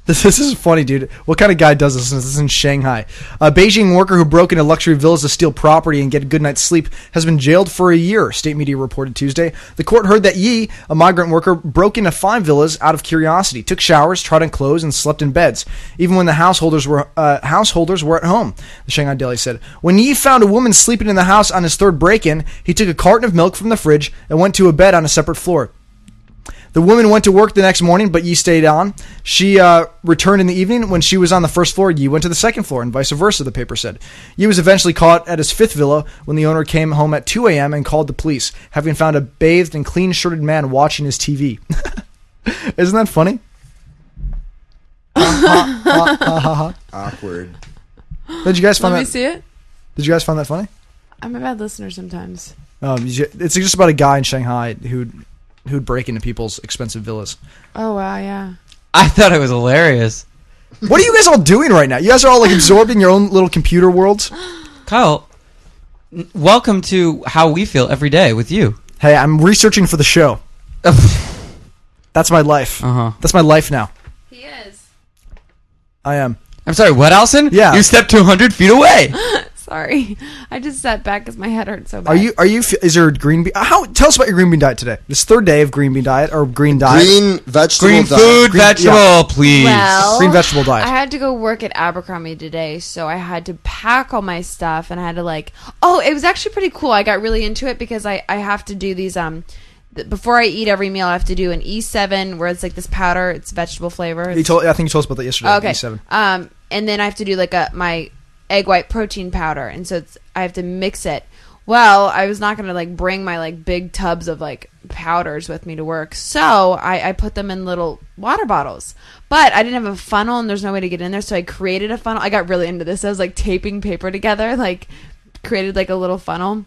This, this is funny, dude. What kind of guy does this? This is in Shanghai. A Beijing worker who broke into luxury villas to steal property and get a good night's sleep has been jailed for a year, state media reported Tuesday. The court heard that Yi, a migrant worker, broke into five villas out of curiosity, took showers, tried on clothes, and slept in beds, even when the householders were uh, householders were at home. The Shanghai Daily said when Yi found a woman sleeping in the house on his third break-in, he took a carton of milk from the fridge and went to a bed on a separate floor. The woman went to work the next morning, but Yi stayed on. She uh, returned in the evening. When she was on the first floor, Yi went to the second floor, and vice versa, the paper said. Yi was eventually caught at his fifth villa when the owner came home at 2 a.m. and called the police, having found a bathed and clean shirted man watching his TV. Isn't that funny? Awkward. Did you guys find Let me that? see it. Did you guys find that funny? I'm a bad listener sometimes. Um, you ju- it's just about a guy in Shanghai who who'd break into people's expensive villas. Oh wow, yeah. I thought it was hilarious. What are you guys all doing right now? You guys are all like absorbed in your own little computer worlds. Kyle, n- welcome to how we feel every day with you. Hey, I'm researching for the show. uh That's my life. Uh-huh. huh. That's my life now. He is. I am. I'm sorry, what, Allison? Yeah. You stepped 200 feet away. Sorry, I just sat back because my head hurt so bad. Are you? Are you? Is there a green bean? How? Tell us about your green bean diet today. This third day of green bean diet or green diet. Green vegetable Green diet. food, Green- vegetable, yeah. please. Well, Green vegetable diet. I had to go work at Abercrombie today, so I had to pack all my stuff, and I had to like. Oh, it was actually pretty cool. I got really into it because I I have to do these um. th- Before I eat every meal, I have to do an E7 where it's like this powder. It's vegetable flavor. You told. I think you told us about that yesterday. E okay. E7. Um, and then I have to do like a my egg white protein powder, and so it's I have to mix it. Well, I was not gonna like bring my like big tubs of like powders with me to work, so I, I put them in little water bottles. But I didn't have a funnel, and there's no way to get in there, so I created a funnel. I got really into this. I was like taping paper together, like created like a little funnel.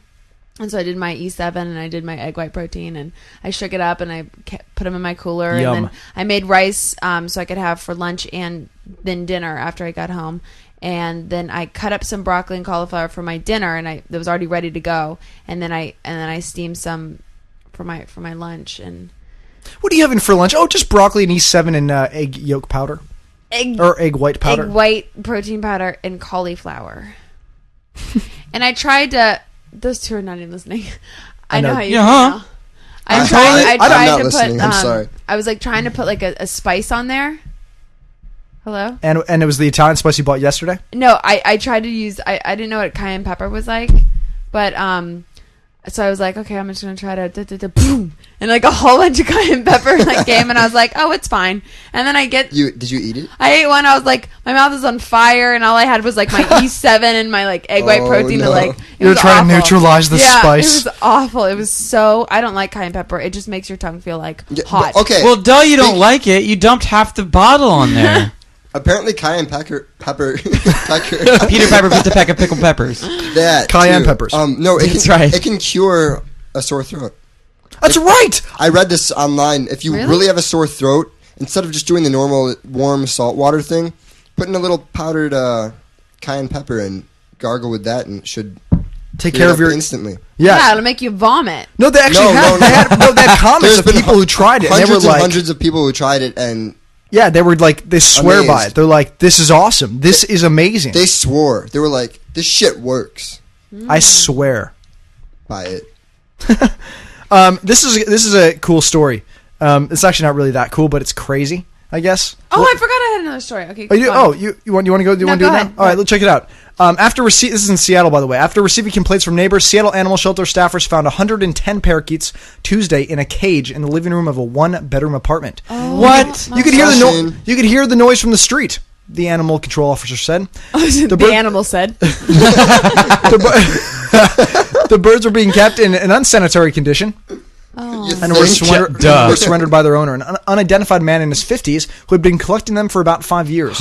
And so I did my E7 and I did my egg white protein and I shook it up and I kept, put them in my cooler Yum. and then I made rice um, so I could have for lunch and then dinner after I got home. And then I cut up some broccoli and cauliflower for my dinner and I that was already ready to go. And then I and then I steamed some for my for my lunch and What are you having for lunch? Oh, just broccoli and E7 and uh, egg yolk powder egg or egg white powder. egg white protein powder and cauliflower. and I tried to. Those two are not even listening. I, I know. know. how you Yeah, huh? feel now. I I- tried. I Uh-huh. I'm tried not to listening, put. I'm um, sorry. I was like trying to put like a, a spice on there. Hello. and and it was the Italian spice you bought yesterday. No, I I tried to use. I I didn't know what cayenne pepper was like, but um. So I was like, okay, I'm just gonna try to da, da, da, boom, and like a whole bunch of cayenne pepper like came, and I was like, oh, it's fine. And then I get You did you eat it? I ate one. I was like, my mouth is on fire, and all I had was like my E7 and my like egg white Oh, protein. no. And, like, it You're was trying to awful. neutralize the yeah, spice. It was awful. It was so. I don't like cayenne pepper. It just makes your tongue feel like Yeah, hot. but- Okay. Well, duh, you don't Big- like it. You dumped half the bottle on there. Apparently, cayenne pepper, pepper, pepper. Peter Piper put the pack of pickled peppers. that Cayenne too. peppers. Um, no, it That's can, right. It can cure a sore throat. That's right. I read this online. If you Really? really, have a sore throat, instead of just doing the normal warm salt water thing, put in a little powdered uh, cayenne pepper and gargle with that, and it should Take clear care it of up your. instantly. yeah. yeah, it'll make you vomit. No, they actually No, had, no, They no. had, no, they had comments There's of been people who tried it. And Hundreds they were and like, hundreds of people who tried it, and yeah, they were like, they swear by Amazed. it. They're like, this is awesome. This is amazing. they swore they were like, "This shit works." I swear. By it. Um, this is this is a cool story. Um, it's actually not really that cool, but it's crazy, I guess. Oh, I forgot I had another story. Okay. Oh, you, go on. oh, you, you want you want to go? Do you No, want to do go it ahead. now? All right, let's check it out. Um, after rece- this is in Seattle, by the way. After receiving complaints from neighbors, Seattle animal shelter staffers found 110 parakeets Tuesday in a cage in the living room of a one-bedroom apartment. Oh, What? my You could hear the no- Disgusting. you could hear the noise from the street. The animal control officer said God. the, oh, bird- animal said. the, bir- the birds were being kept in an unsanitary condition. You and were, think? surrender- Duh. were surrendered by their owner, an un- unidentified man in his 50s who had been collecting them for about five years.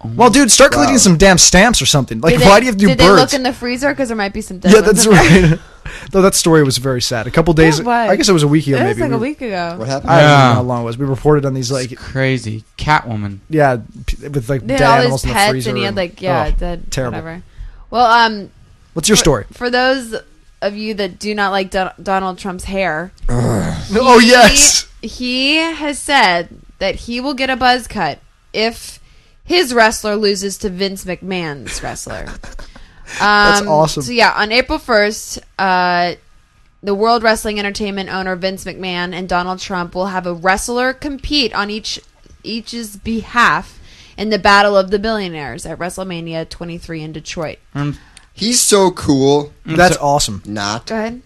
Oh well, dude, start collecting Wow. some damn stamps or something. Like, Did they- why do you have to do Did they birds? look in the freezer because there might be some? Dead yeah, ones that's in there. right. Though that story was very sad. A couple days, It was. I guess it was a week ago, It maybe. was like we, a week ago. What happened? I don't Yeah. know how long it was. We reported on these, like, Crazy. Catwoman. yeah, p- with like They dead had all animals his in the pets, freezer and he had and- like yeah, oh, dead terrible. whatever. Well, um, What's your for- story? For those of you that do not like Don- Donald Trump's hair, oh he- yes, he has said that he will get a buzz cut if his wrestler loses to Vince McMahon's wrestler. That's awesome. um, So yeah, on April first, uh, the World Wrestling Entertainment owner Vince McMahon and Donald Trump will have a wrestler compete on each each's behalf in the Battle of the Billionaires at WrestleMania 23 in Detroit. He's so cool. that's awesome. Not. Go ahead.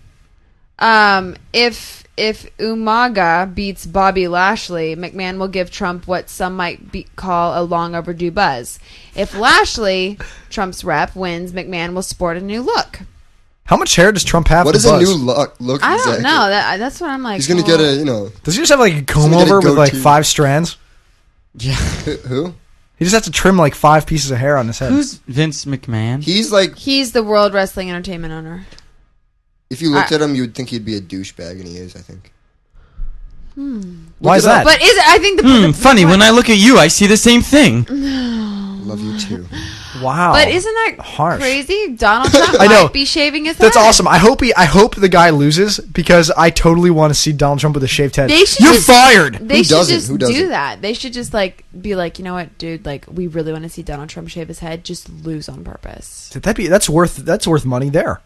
Um, if if Umaga beats Bobby Lashley, McMahon will give Trump what some might be, call a long overdue buzz. If Lashley, Trump's rep, wins, McMahon will sport a new look. How much hair does Trump have? What to is a buzz? new look? Look. I don't exactly? know. That, that's what I'm like. He's gonna well, get a you know Does he just have like a comb he get a over with like goatee? five strands? who- who? He just has to trim like five pieces of hair on his head. Who's Vince McMahon? He's like He's the World Wrestling Entertainment owner. if you looked I- at him, you would think he'd be a douchebag, and he is. I think. Why Look is it that? up. But is it? I think the, Hmm, the Mm-hmm. funny. When I look at you, I see the same thing. love you too. Wow. But isn't that harsh. crazy? Donald Trump I know. might be shaving his That's head. awesome. I hope he. I hope the guy loses because I totally want to see Donald Trump with a shaved head. They should You're just- fired. They Who should doesn't? just Who do doesn't? that. They should just like be like, you know what, dude? Like, we really want to see Donald Trump shave his head. Just lose on purpose. That be that's worth that's worth money there.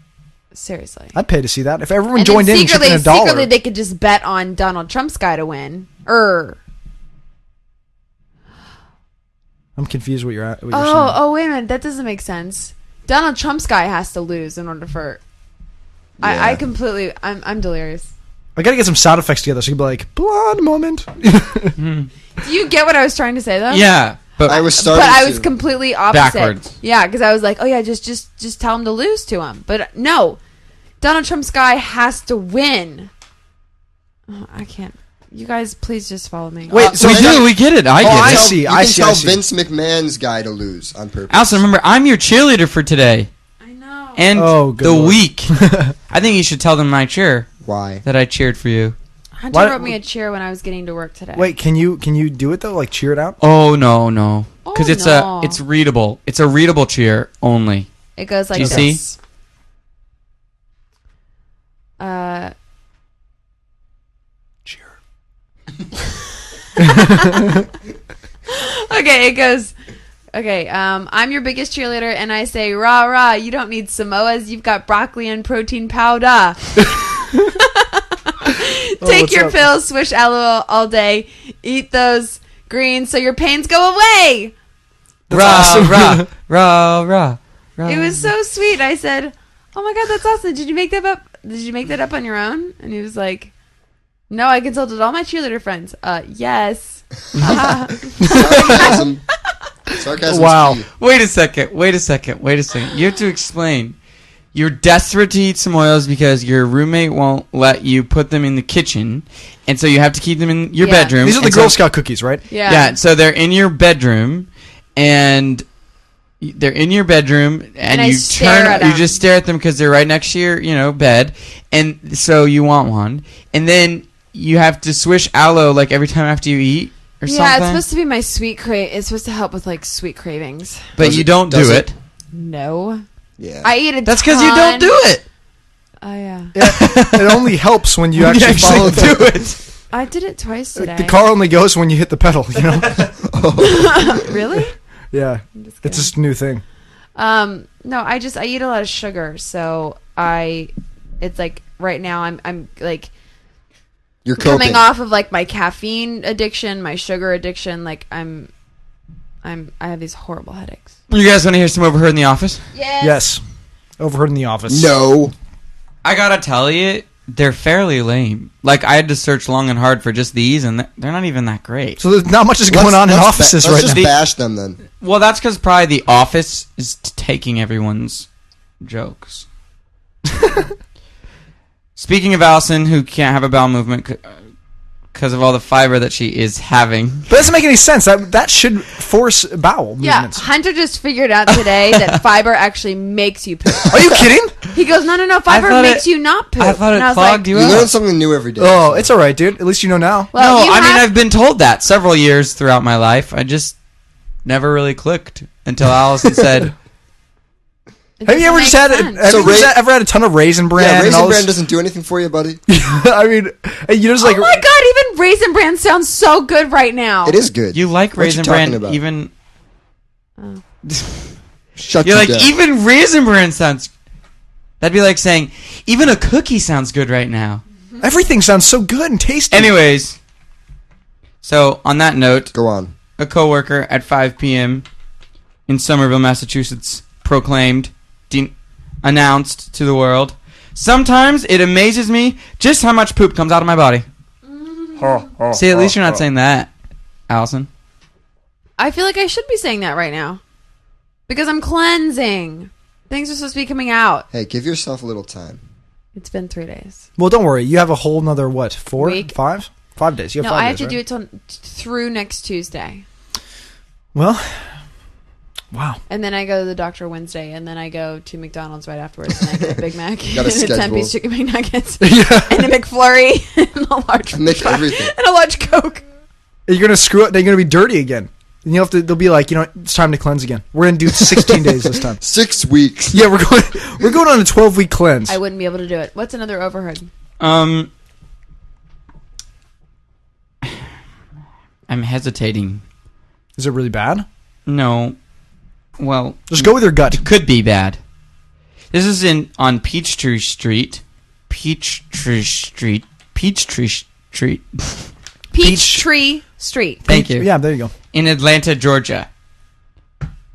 Seriously. I'd pay to see that. If everyone And then joined in and secretly, chipped in a dollar, secretly, they could just bet on Donald Trump's guy to win. Er. I'm confused what you're at. What you're Oh, saying. oh, wait a minute. That doesn't make sense. Donald Trump's guy has to lose in order for. I, I completely. I'm, I'm delirious. I gotta get some sound effects together. So you can be like blonde moment. Do you get what I was trying to say though? Yeah, but I was starting. But I was to. completely opposite. Backwards. Yeah, because I was like, oh yeah, just just just tell him to lose to him. But uh, no, Donald Trump's guy has to win. Oh, I can't. You guys, please just follow me. Wait, so we I- do. We get it. I Oh, get I it. Tell- see, You I can see, I tell see. Vince McMahon's guy to lose on purpose. Allison, remember, I'm your cheerleader for today I know. and Oh, good the lord. week. I think you should tell them my cheer Why? that I cheered for you. Hunter why don't wrote me we- a cheer when I was getting to work today. Wait, can you can you do it though? Like cheer it out. Oh no, no, because Oh, it's no. a it's readable. It's a readable cheer only. it goes like you see? this. Uh, Cheer. okay, it goes. Okay, um, I'm your biggest cheerleader, and I say, rah, rah, you don't need Samoas, you've got broccoli and protein Oh, powder. Take what's your up? pills, swish aloe all day, eat those greens so your pains go away. That's rah, awesome. rah, rah, rah, rah. It was so sweet. I said, "Oh my god, that's awesome! Did you make that up? Did you make that up on your own?" And he was like, "No, I consulted all my cheerleader friends." Uh, yes. Sarcasm. Sarcasm. Wow. Wait a second. Wait a second. Wait a second. You have to explain. You're desperate to eat Samoyeds because your roommate won't let you put them in the kitchen, and so you have to keep them in your Yeah. bedroom. These are the and so- Girl Scout cookies, right? Yeah. Yeah. So they're in your bedroom, and y- they're in your bedroom, and, And I you stare turn. at you them. just stare at them because they're right next to your, you know, bed, and so you want one, and then you have to swish aloe like every time after you eat or Yeah, it's something. supposed to be my sweet crave. It's supposed to help with like sweet cravings. but Does you it- don't does do it? it. No, Yeah. I eat a. That's because you don't do it. Oh yeah, it only helps when you actually, follow the, do it. I did it twice today. the car only goes when you hit the pedal. You know? really? yeah, it's just a new thing. Um, no, I just I eat a lot of sugar, so I. It's like right now I'm I'm like You're coping. coming off of like my caffeine addiction, my sugar addiction. Like I'm, I'm, I have these horrible headaches. You guys want to hear some overheard in the office? Yes. Yes, overheard in the office. No. I gotta tell you, they're fairly lame. Like I had to search long and hard for just these, and th- they're not even that great. So there's not much is going Let's- on in let's ba- offices let's right just now. bash them then. Well, that's because probably the office is t- taking everyone's jokes. Speaking of Allison, who can't have a bowel movement because of all the fiber that she is having. But that doesn't make any sense. That that should force bowel Yeah, movements. Hunter just figured out today that fiber actually makes you poop. Are you kidding? He goes, no, no, no, fiber thought makes it- you not poop. I thought it and I was like, clogged you You learn up. something new every day. Oh, it's all right, dude. At least you know now. Well, no, you I mean have- I've been told that several years throughout my life. I just never really clicked until Allison said. it Have you doesn't ever make just had? A, sense. have So you just Ra- had- ever had a ton of raisin bran? yeah, and Raisin all Bran this- doesn't do anything for you, buddy. I mean, you just like oh my god, even raisin bran sounds so good right now. It is good. You like What you raisin talking bran about? even Shut You're you like down. even raisin bran sounds That'd be like saying even a cookie sounds good right now. everything sounds so good and tasty. Anyways, so on that note, Go on. a coworker at 5 p.m. in Somerville, Massachusetts, proclaimed, de- announced to the world, "Sometimes it amazes me just how much poop comes out of my body." See, at least you're not saying that, Allison. I feel like I should be saying that right now because I'm cleansing. Things are supposed to be coming out. Hey, give yourself a little time. It's been three days. well, don't worry. You have a whole another what? Four, Week. five, five days. You have No, five I have days, to right? do it till, through next Tuesday. Well, wow. And then I go to the doctor Wednesday, and then I go to McDonald's right afterwards, and I get a Big Mac Got a and a ten-piece chicken schedule. McNuggets yeah. and a McFlurry and a large Mix everything. and a large Coke. You're gonna screw up. They're gonna be dirty again. And you'll have to. They'll be like, you know, it's time to cleanse again. We're gonna do 16 days this time. Six weeks. Yeah, we're going. We're going on a 12 week cleanse. I wouldn't be able to do it. What's another overheard? Um, I'm hesitating. Is it really bad? No, well, Just go with your gut. could be bad. This is in on Peachtree Street, Peachtree Street, Peachtree Street. Peach Tree Street. Thank you. Yeah, there you go. in Atlanta, Georgia.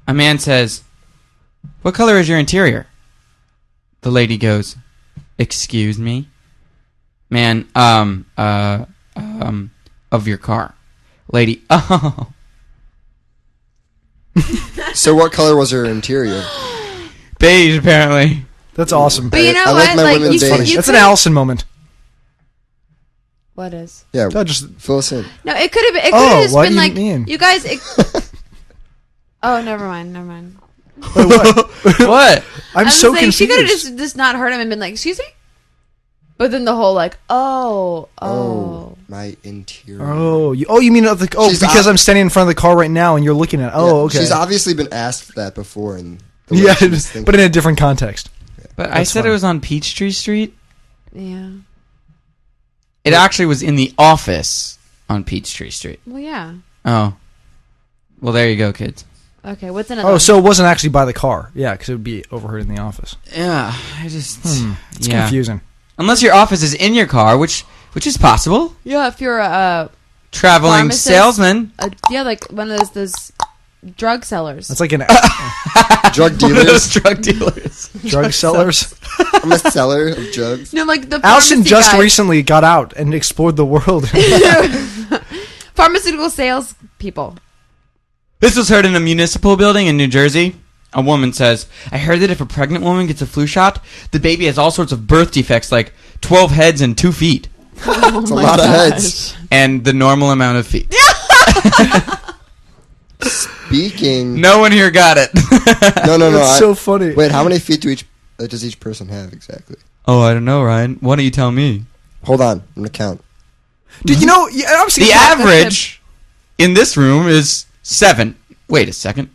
A man says, What color is your interior? The lady goes, Excuse me? Man, um, uh, um, of your car. Lady, oh, So what color was her interior? beige apparently. That's awesome. But you know I like what? my Like, women you, beige. could- you That's an could- Allison moment. What is? Yeah. No, just Fill us in. No, it could have been. It could Oh, have just what been do you like mean? you guys. It, oh, never mind. Never mind. what? I'm i was so saying confused. she could have just just not heard him and been like, "Excuse me," but then the whole like, "Oh, oh." Oh, my interior. Oh, you, oh, you mean of the, oh She's because ob- I'm standing in front of the car right now and you're looking at. Yeah, Oh, okay. She's obviously been asked that before, and the way yeah, she was thinking. but in a different context. But I That's said fine. it was on Peachtree Street. yeah. It actually was in the office on Peachtree Street. Well, yeah. Oh. Well, there you go, kids. Okay, what's another? Oh, one? so it wasn't actually by the car. Yeah, because it would be overheard in the office. Yeah, I just. It's yeah. confusing. Hmm. Unless your office is in your car, which which is possible. yeah, if you're a, uh, Traveling Pharmacist. salesman. a yeah, like one of those those drug sellers. That's like an drug dealers. Those drug dealers. drug sellers. I'm a seller of drugs. no, like the Allison pharmacy just guy. recently got out and explored the world. pharmaceutical sales people. This was heard in a municipal building in New Jersey. A woman says, I heard that if a pregnant woman gets a flu shot, the baby has all sorts of birth defects like 12 heads and 2 feet, It's a lot of heads. and the normal amount of feet. Speaking. No one here got it. No, no, no. That's I- so funny. Wait, how many feet do each uh, does each person have exactly? oh, I don't know, Ryan. Why don't you tell me? Hold on, I'm gonna count. Did you know? Yeah, I was The thinking- average in this room is 7. Wait a second.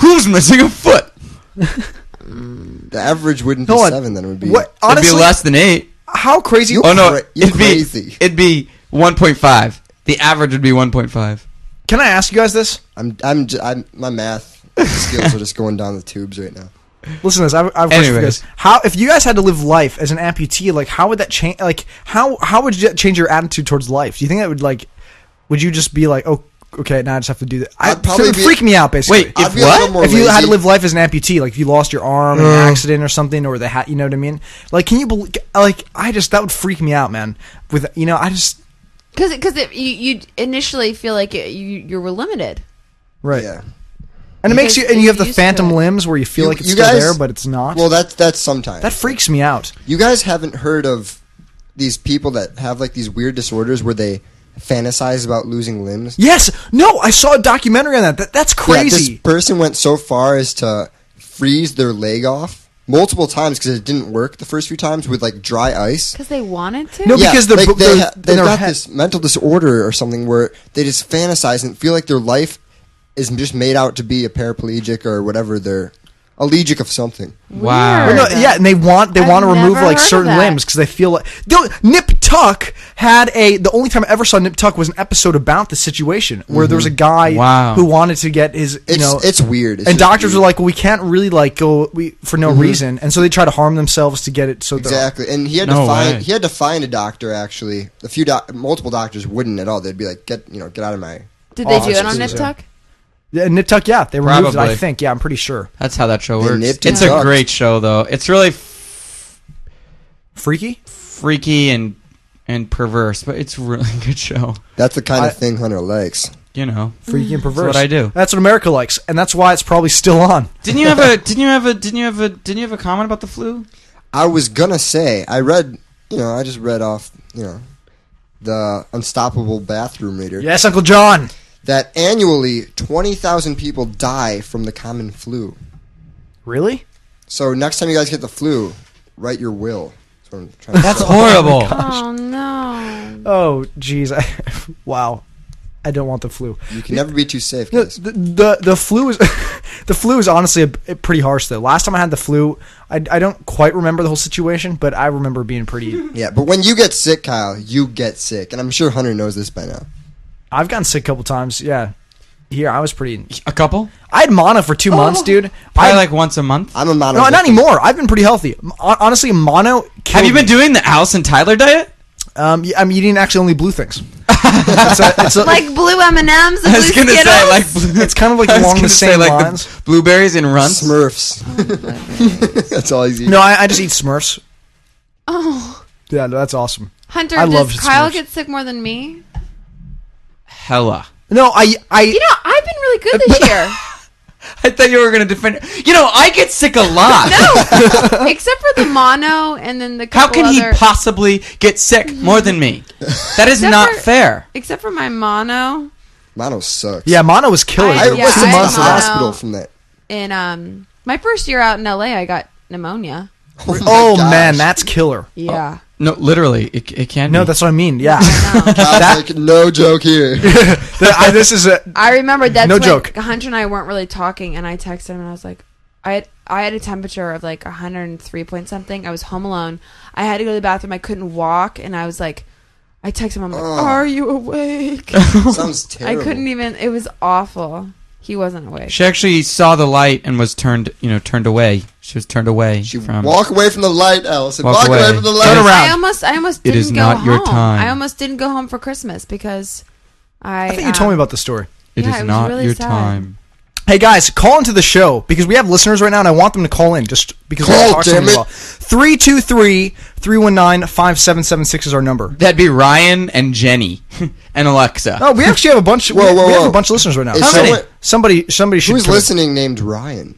Who's missing a foot? The average wouldn't Hold be on. seven. Then it would be. What? Honestly, It'd be less than 8. how crazy? You- Oh no, cra- you it'd be crazy. it'd be 1.5. The average would be 1.5. Can I ask you guys this? I'm. I'm. j- I'm my math skills are just going down the tubes right now. Listen to this. I've, I've questioned you Anyways. guys. How if you guys had to live life as an amputee, like how would that change? Like how how would you change your attitude towards life? Do you think that would like? Would you just be like, oh, okay, now I just have to do that? I, I'd probably it would be- freak me out. Basically, Wait, if, I'd If be a little what? more you had to lazy. live life as an amputee, like if you lost your arm in an accident or something, or the hat, you know what I mean? Like, can you believe? Like, I just that would freak me out, man. With you know, I just Because because you you initially feel like it, you you were limited. right, Yeah. and it makes you Because and you you're have the used to phantom it. limbs where you feel You- like it's you still guys- there, but it's not. Well, that's that's sometimes. that freaks me out. You guys haven't heard of these people that have like these weird disorders where they fantasize about losing limbs. Yes, no, I saw a documentary on that. that that's Yeah, crazy. this person went so far as to freeze their leg off multiple times because it didn't work the first few times with like dry ice. Because they wanted to. No, because they're like, bo- they they're- ha- they've they're got ha- this mental disorder or something where they just fantasize and feel like their life is just made out to be a paraplegic or whatever. They're allegic of something. Wow. Weird. No, yeah, and they want they I've want to remove never like heard of certain that. limbs because they feel like Dude, Nip Tuck had a the only time I ever saw Nip Tuck was an episode about this situation where there was a guy Wow. who wanted to get his you It's know it's weird. It's and just doctors weird. were like well we can't really like go we for no reason and so they try to harm themselves to get it so they're- Exactly, and he had No to find way. he had to find a doctor. Actually, a few doc- multiple doctors wouldn't at all. They'd be like, "Get you know, get out of my." Did Oh, they do it on office." Nip Tuck? yeah, Nip Tuck yeah they removed it I Probably. think yeah I'm pretty sure That's how that show They works. nipped It's and a tucked. great show though. It's really f- freaky freaky and and perverse, but it's a really good show. That's the kind I- of thing Hunter likes. You know. freaky and perverse what I do. that's what America likes and that's why it's probably still on Didn't you have a didn't you have a didn't you have a didn't you have a comment about the flu? I was gonna say I read, you know, I just read off, you know, the Unstoppable Bathroom Reader yes Uncle John that annually twenty thousand people die from the common flu. really So next time you guys get the flu, write your will. That's what I'm trying to That's horrible. Oh no. oh jeez I- wow I don't want the flu. You can never be too safe. You know, guys. the, the the flu is the flu is honestly a, a pretty harsh though. Last time I had the flu, I, I don't quite remember the whole situation, but I remember being pretty. Yeah, but when you get sick, Kyle, you get sick, and I'm sure Hunter knows this by now. I've gotten sick a couple times. Yeah, here I was pretty. A couple? I had mono for two months, dude. Probably I like once a month. I'm a mono. no, not victim. anymore. I've been pretty healthy. Mo- Honestly, mono. Have killed you been me. doing the Allison Tyler diet? Um, y- I'm eating actually only blue things. it's, a, it's, a, Like blue M and M's and blue Skittles. blue, It's kind of like I was along the gonna same the lines. blueberries and runs. Smurfs. That's all he's eating. no, I, I just eat Smurfs. oh, Yeah, no, that's awesome. Hunter, I love does Kyle Smurfs. get sick more than me? Hella. No, I I You know, I've been really good this year. I thought you were gonna defend. You know, I get sick a lot. No, except for the mono and then the How couple can other- he possibly get sick Mm-hmm. more than me? That is Except not for- fair. Except for my mono Mono sucks. yeah, mono was killer. I- I dude. yeah, was I two had months in the mono. hospital from that. in um my first year out in LA, I got pneumonia. Oh, my oh gosh. man, that's killer. Yeah. No, literally, it, it can. No, be. that's what I mean. Yeah, Kyle's that- like, no joke here. That- I- this is a I remember that's No when joke. Hunter and I weren't really talking, and I texted him and I was like, I had I had a temperature of like 103 point something. I was home alone. I had to go to the bathroom. I couldn't walk, and I was like, I texted him. I'm like, Ugh. Are you awake? Sounds I terrible. couldn't even. It was awful. He wasn't awake. She actually saw the light and was turned. You know, turned away. She was turned away. She from walk away from the light, Allison. Walk Walk, away. away. from the Turn light. around. I almost I almost It didn't is go not home. your time. I almost didn't go home for Christmas because I. I think you told me um, about the story. It is Yeah, it was not really your sad. time. Hey guys, call into the show because we have listeners right now and I want them to call in just because we Call, talk to them damn it. well. 323-319-5776 is our number. That'd be Ryan and Jenny and Alexa. Oh, we actually have a bunch Whoa, we, whoa, we have a whoa. bunch of listeners right now. Is Somebody- someone- Somebody somebody should Who's commit. listening named Ryan?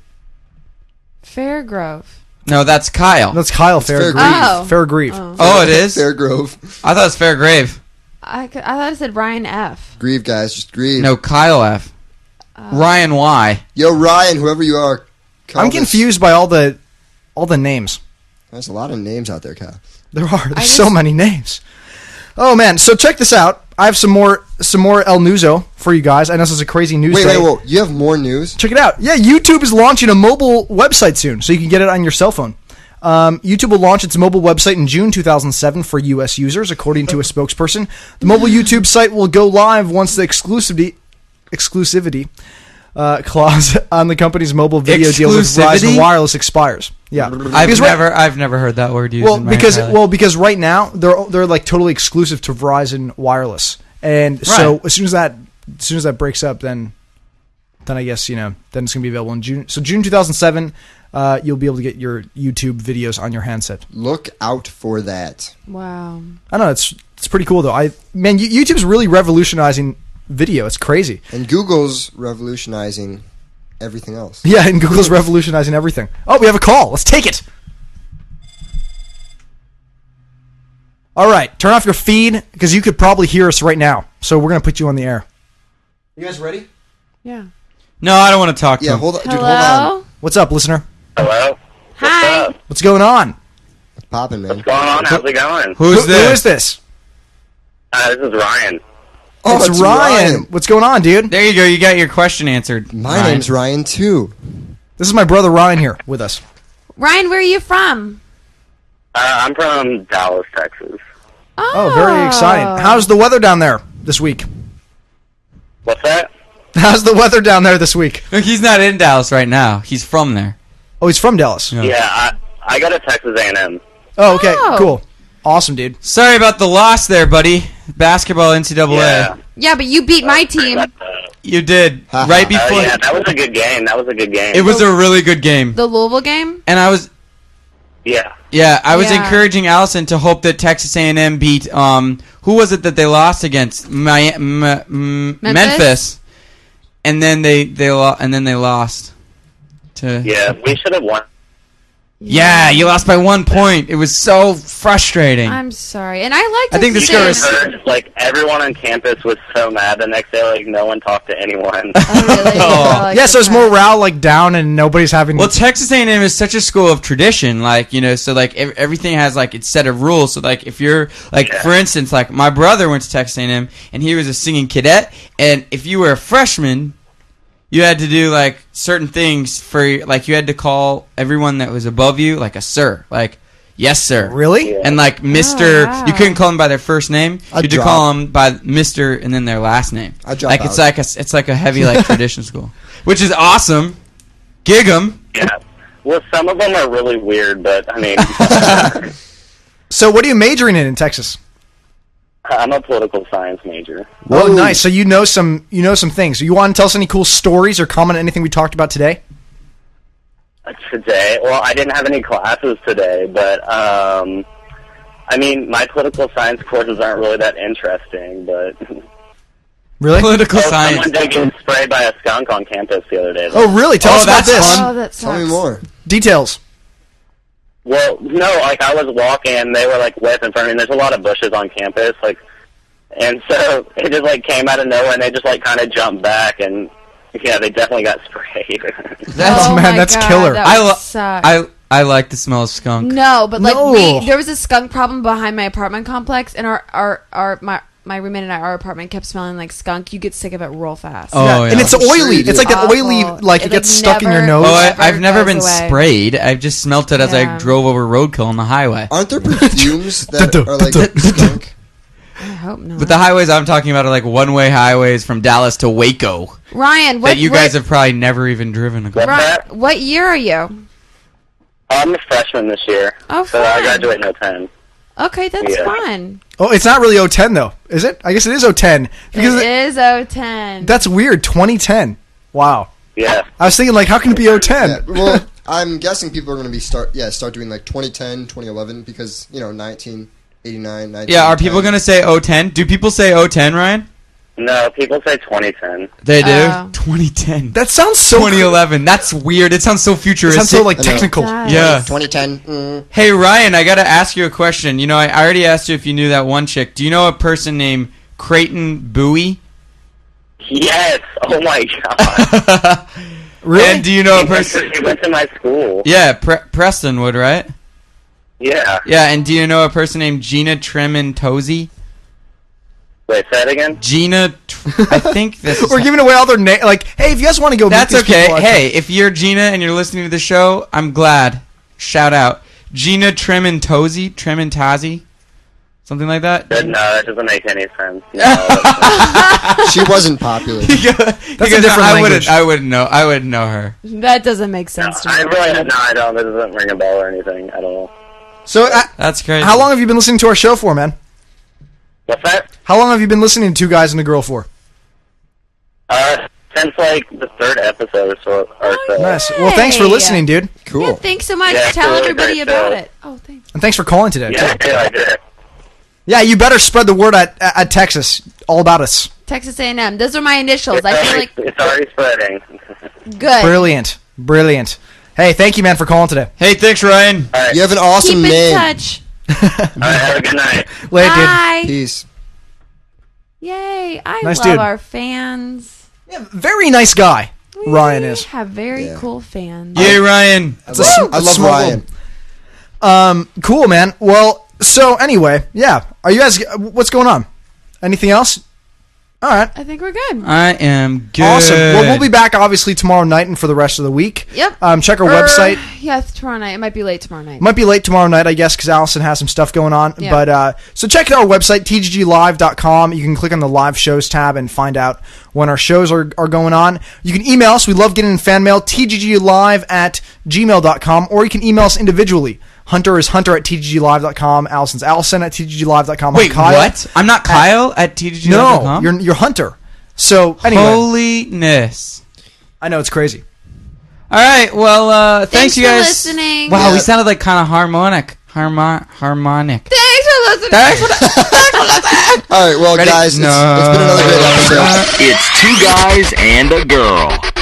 Fairgrove. No, that's Kyle. That's Kyle Fair Fairgrieve. Grieve. Fairgrieve. Oh. Oh. oh, it is. Fairgrove. I thought it was Fairgrave. I, c- I thought it said Ryan F. Grieve, guys. Just grieve. No, Kyle F. Ryan Y. Yo, Ryan, whoever you are. call I'm Oh, this. confused by all the all the names. There's a lot of names out there, Kyle. There are. There's just- so many names. Oh man! So check this out. I have some more some more El Nuzo for you guys. I know this is a crazy news. Wait, day. wait, whoa. You have more news? Check it out. Yeah, YouTube is launching a mobile website soon, so you can get it on your cell phone. Um, YouTube will launch its mobile website in June 2007 for U.S. users, according to a spokesperson. The mobile YouTube site will go live once the exclusivity exclusivity uh, clause on the company's mobile video deal with Exclusivity? Verizon Wireless expires. Yeah, I've Because right- never, I've never heard that word used. well, in my because entire life. well, because right now they're they're like totally exclusive to Verizon Wireless, and so Right. as soon as that as soon as that breaks up, then then I guess you know then it's gonna be available in June. So June 2007, uh, you'll be able to get your YouTube videos on your handset. Look out for that. Wow. I don't know it's it's pretty cool though. I man, you- YouTube's really revolutionizing video. It's crazy. And Google's revolutionizing everything else. Yeah, and Google's revolutionizing everything. Oh, we have a call. Let's take it. All right, turn off your feed because you could probably hear us right now. So we're gonna put you on the air. You guys ready? Yeah. no, I don't want to talk to Yeah, him. hold on. Dude, hold on. Hello. What's up, listener? Hello? Hi. What's up? What's going on? Popping, man. What's going on? How's it going? Who's who, this? Who is this? Uh, this is Ryan. Oh, it's, it's Ryan. Ryan. What's going on, dude? There you go. You got your question answered. My Ryan. name's Ryan, too. This is my brother Ryan here with us. Ryan, where are you from? Uh, I'm from Dallas, Texas. Oh, Oh, very exciting. How's the weather down there this week? What's that? How's the weather down there this week? Look, he's not in Dallas right now. He's from there. Oh, he's from Dallas. Yeah. Yeah, I, I go to Texas A&M. Oh, okay, Oh. cool, awesome, dude. Sorry about the loss there, buddy. Basketball NCAA. Yeah. Yeah, but you beat my team. That, uh, You did right uh, before. yeah, that was a good game. That was a good game. It was a really good game, The Louisville game. and I was Yeah. yeah, I was Yeah. encouraging Allison to hope that Texas A&M beat um who was it that they lost against My, m- m- Memphis? Memphis, and then they they lo- and then they lost to Yeah, we should have won. Yeah, you lost by one point. It was so frustrating. I'm sorry. And I liked I think her this You singing. girl is- should have heard, like everyone on campus was so mad the next day. Like no one talked to anyone. Oh, really? Oh. Like yeah, so it's that. more morale like down and nobody's having. Well, Texas A&M is such a school of tradition, like you know, so like ev- everything has like its set of rules. So like if you're like, for instance, like my brother went to Texas A&M and he was a singing cadet, and if you were a freshman, you had to do like certain things for like you had to call everyone that was above you like a sir, like yes sir, really? and like Mister. Oh, wow. You couldn't call them by their first name. I you had to drop. call them by Mister and then their last name. I drop like it's out. like a s- it's like a heavy like tradition school, which is awesome. Gig 'em. yeah. Well, some of them are really weird, but I mean, So what are you majoring in in Texas? I'm a political science major. Oh, Whoa. nice. So you know some you know some things. You want to tell us any cool stories or comment on anything we talked about today? today. Well, I didn't have any classes today, but um, I mean, my political science courses aren't really that interesting. But Really? Political oh, someone science. did get sprayed by a skunk on campus the other day. Oh, really? Tell Oh, us about that's this. fun. Oh, that sucks. Tell me more. Details. Well, no, like I was walking, and they were like whip in front of me. And there's a lot of bushes on campus, like, and so it just like came out of nowhere, and they just like kind of jumped back, and yeah, they definitely got sprayed. That's oh man, my that's God, killer. That I would lo- suck. I I like the smell of skunk. No, but like No. we, there was a skunk problem behind my apartment complex, and our our our my my roommate and I, our apartment kept smelling like skunk. You get sick of it real fast. Oh, yeah. And it's I'm sure oily. you it's do. like that Awful. oily like it, It, gets like, stuck in your never- nose. Oh, I, Never I've never goes been away. sprayed. I've just smelt it as I Yeah. drove over roadkill on the highway. Aren't there perfumes that Duh, duh, are like duh, duh, skunk? I hope not. But the highways I'm talking about are like one-way highways from Dallas to Waco Ryan, what that you what, guys have probably never even driven. What? Ryan, what year are you? I'm a freshman this year, Oh, so I fun. graduate in 10. Okay, that's Yeah. fun. Oh, it's not really 010 though, is it? I guess it is 010 because it is O ten. that's weird. 2010. Wow. Yeah. I was thinking like, how can it be 010? Yeah, well, I'm guessing people are going to be start yeah start doing like 2010, 2011 because you know 1989. Yeah, are people gonna say 010? Do people say 010, Ryan? No, people say 2010. They do. Oh. 2010. that sounds so. 2011. That's weird. It sounds so It futuristic. sounds so like I know. technical. Does. yeah. 2010? Mm. Hey Ryan, I gotta ask you a question. You know, I I already asked you if you knew that one chick. Do you know a person named Creighton Bowie? Yes. Oh my god. Really? And do you know a person? He went to my school. Yeah, Pre- Preston would, right? Yeah. Yeah, and do you know a person named Gina Trementozzi? Wait, say it again. Gina, Tr- I think this. is- We're giving away all their name. Like, hey, if you guys want to go, meet That's these okay. people, I- Hey, if you're Gina and you're listening to the show, I'm glad. Shout out Gina Trementozzi, Trementazzi, something like that. No, that doesn't make any sense. No, that's not- She wasn't popular. That's a different I language. wouldn't. I wouldn't know. I wouldn't know her. That doesn't make sense to I me. really no, I don't. This doesn't ring a bell or anything. I don't know. So, uh, That's crazy. how long have you been listening to our show for, man? What's that? How long have you been listening to Two Guys and a Girl for? Uh, since like the third episode or so. Or so. Nice. Well, thanks for Hey. uh, listening, dude, Yeah, Cool. thanks so much. Yeah, it's a Tell really everybody great about show. it. Oh, thanks. and thanks for calling today. too. Yeah, yeah, I did. it. Yeah, you better spread the word at, at at Texas all about us. Texas A&M. Those are my initials. It's, I feel already, like it's already spreading. good. Brilliant, brilliant. Hey, thank you, man, for calling today. Hey, thanks, Ryan. All right. You have an awesome Keep in name. touch. All right. Have a good night. Later, dude. Bye. Peace. Yay! I Nice love dude. our fans. Very nice guy, Ryan We is. have very Yeah. cool fans. Yay, Ryan. I love, I love Small Ryan. Um, cool, man. Well, so anyway, yeah. Are you guys? What's going on? Anything else? All right. I think we're Uh, good. I am good. Awesome. Well, we'll be back obviously tomorrow night and for the rest of the week. Yep. Er, Um, check our Or- website. Yeah, it's tomorrow night. It might be late tomorrow night. Might be late tomorrow night, I guess, because Allison has some stuff going on. Yeah. But uh, so check out our website, tgglive.com. You can click on the live shows tab and find out when our shows are, are going on. You can email us. We love getting fan mail, tgglive at gmail.com, or you can email us individually. Hunter is hunter at tgglive.com. Allison's Allison at tgglive.com. I'm Wait, Kyle. what? I'm not Kyle at TGG. No, you're, you're Hunter. So anyway, holiness. I know it's crazy. All right. Well, uh, thanks, Thanks you for guys. listening. Wow, we Yeah. sounded like kind of harmonic. Harmon- harmonic. Thanks for listening. All right, well, guys, it's, it's been another great episode. It's two guys and a girl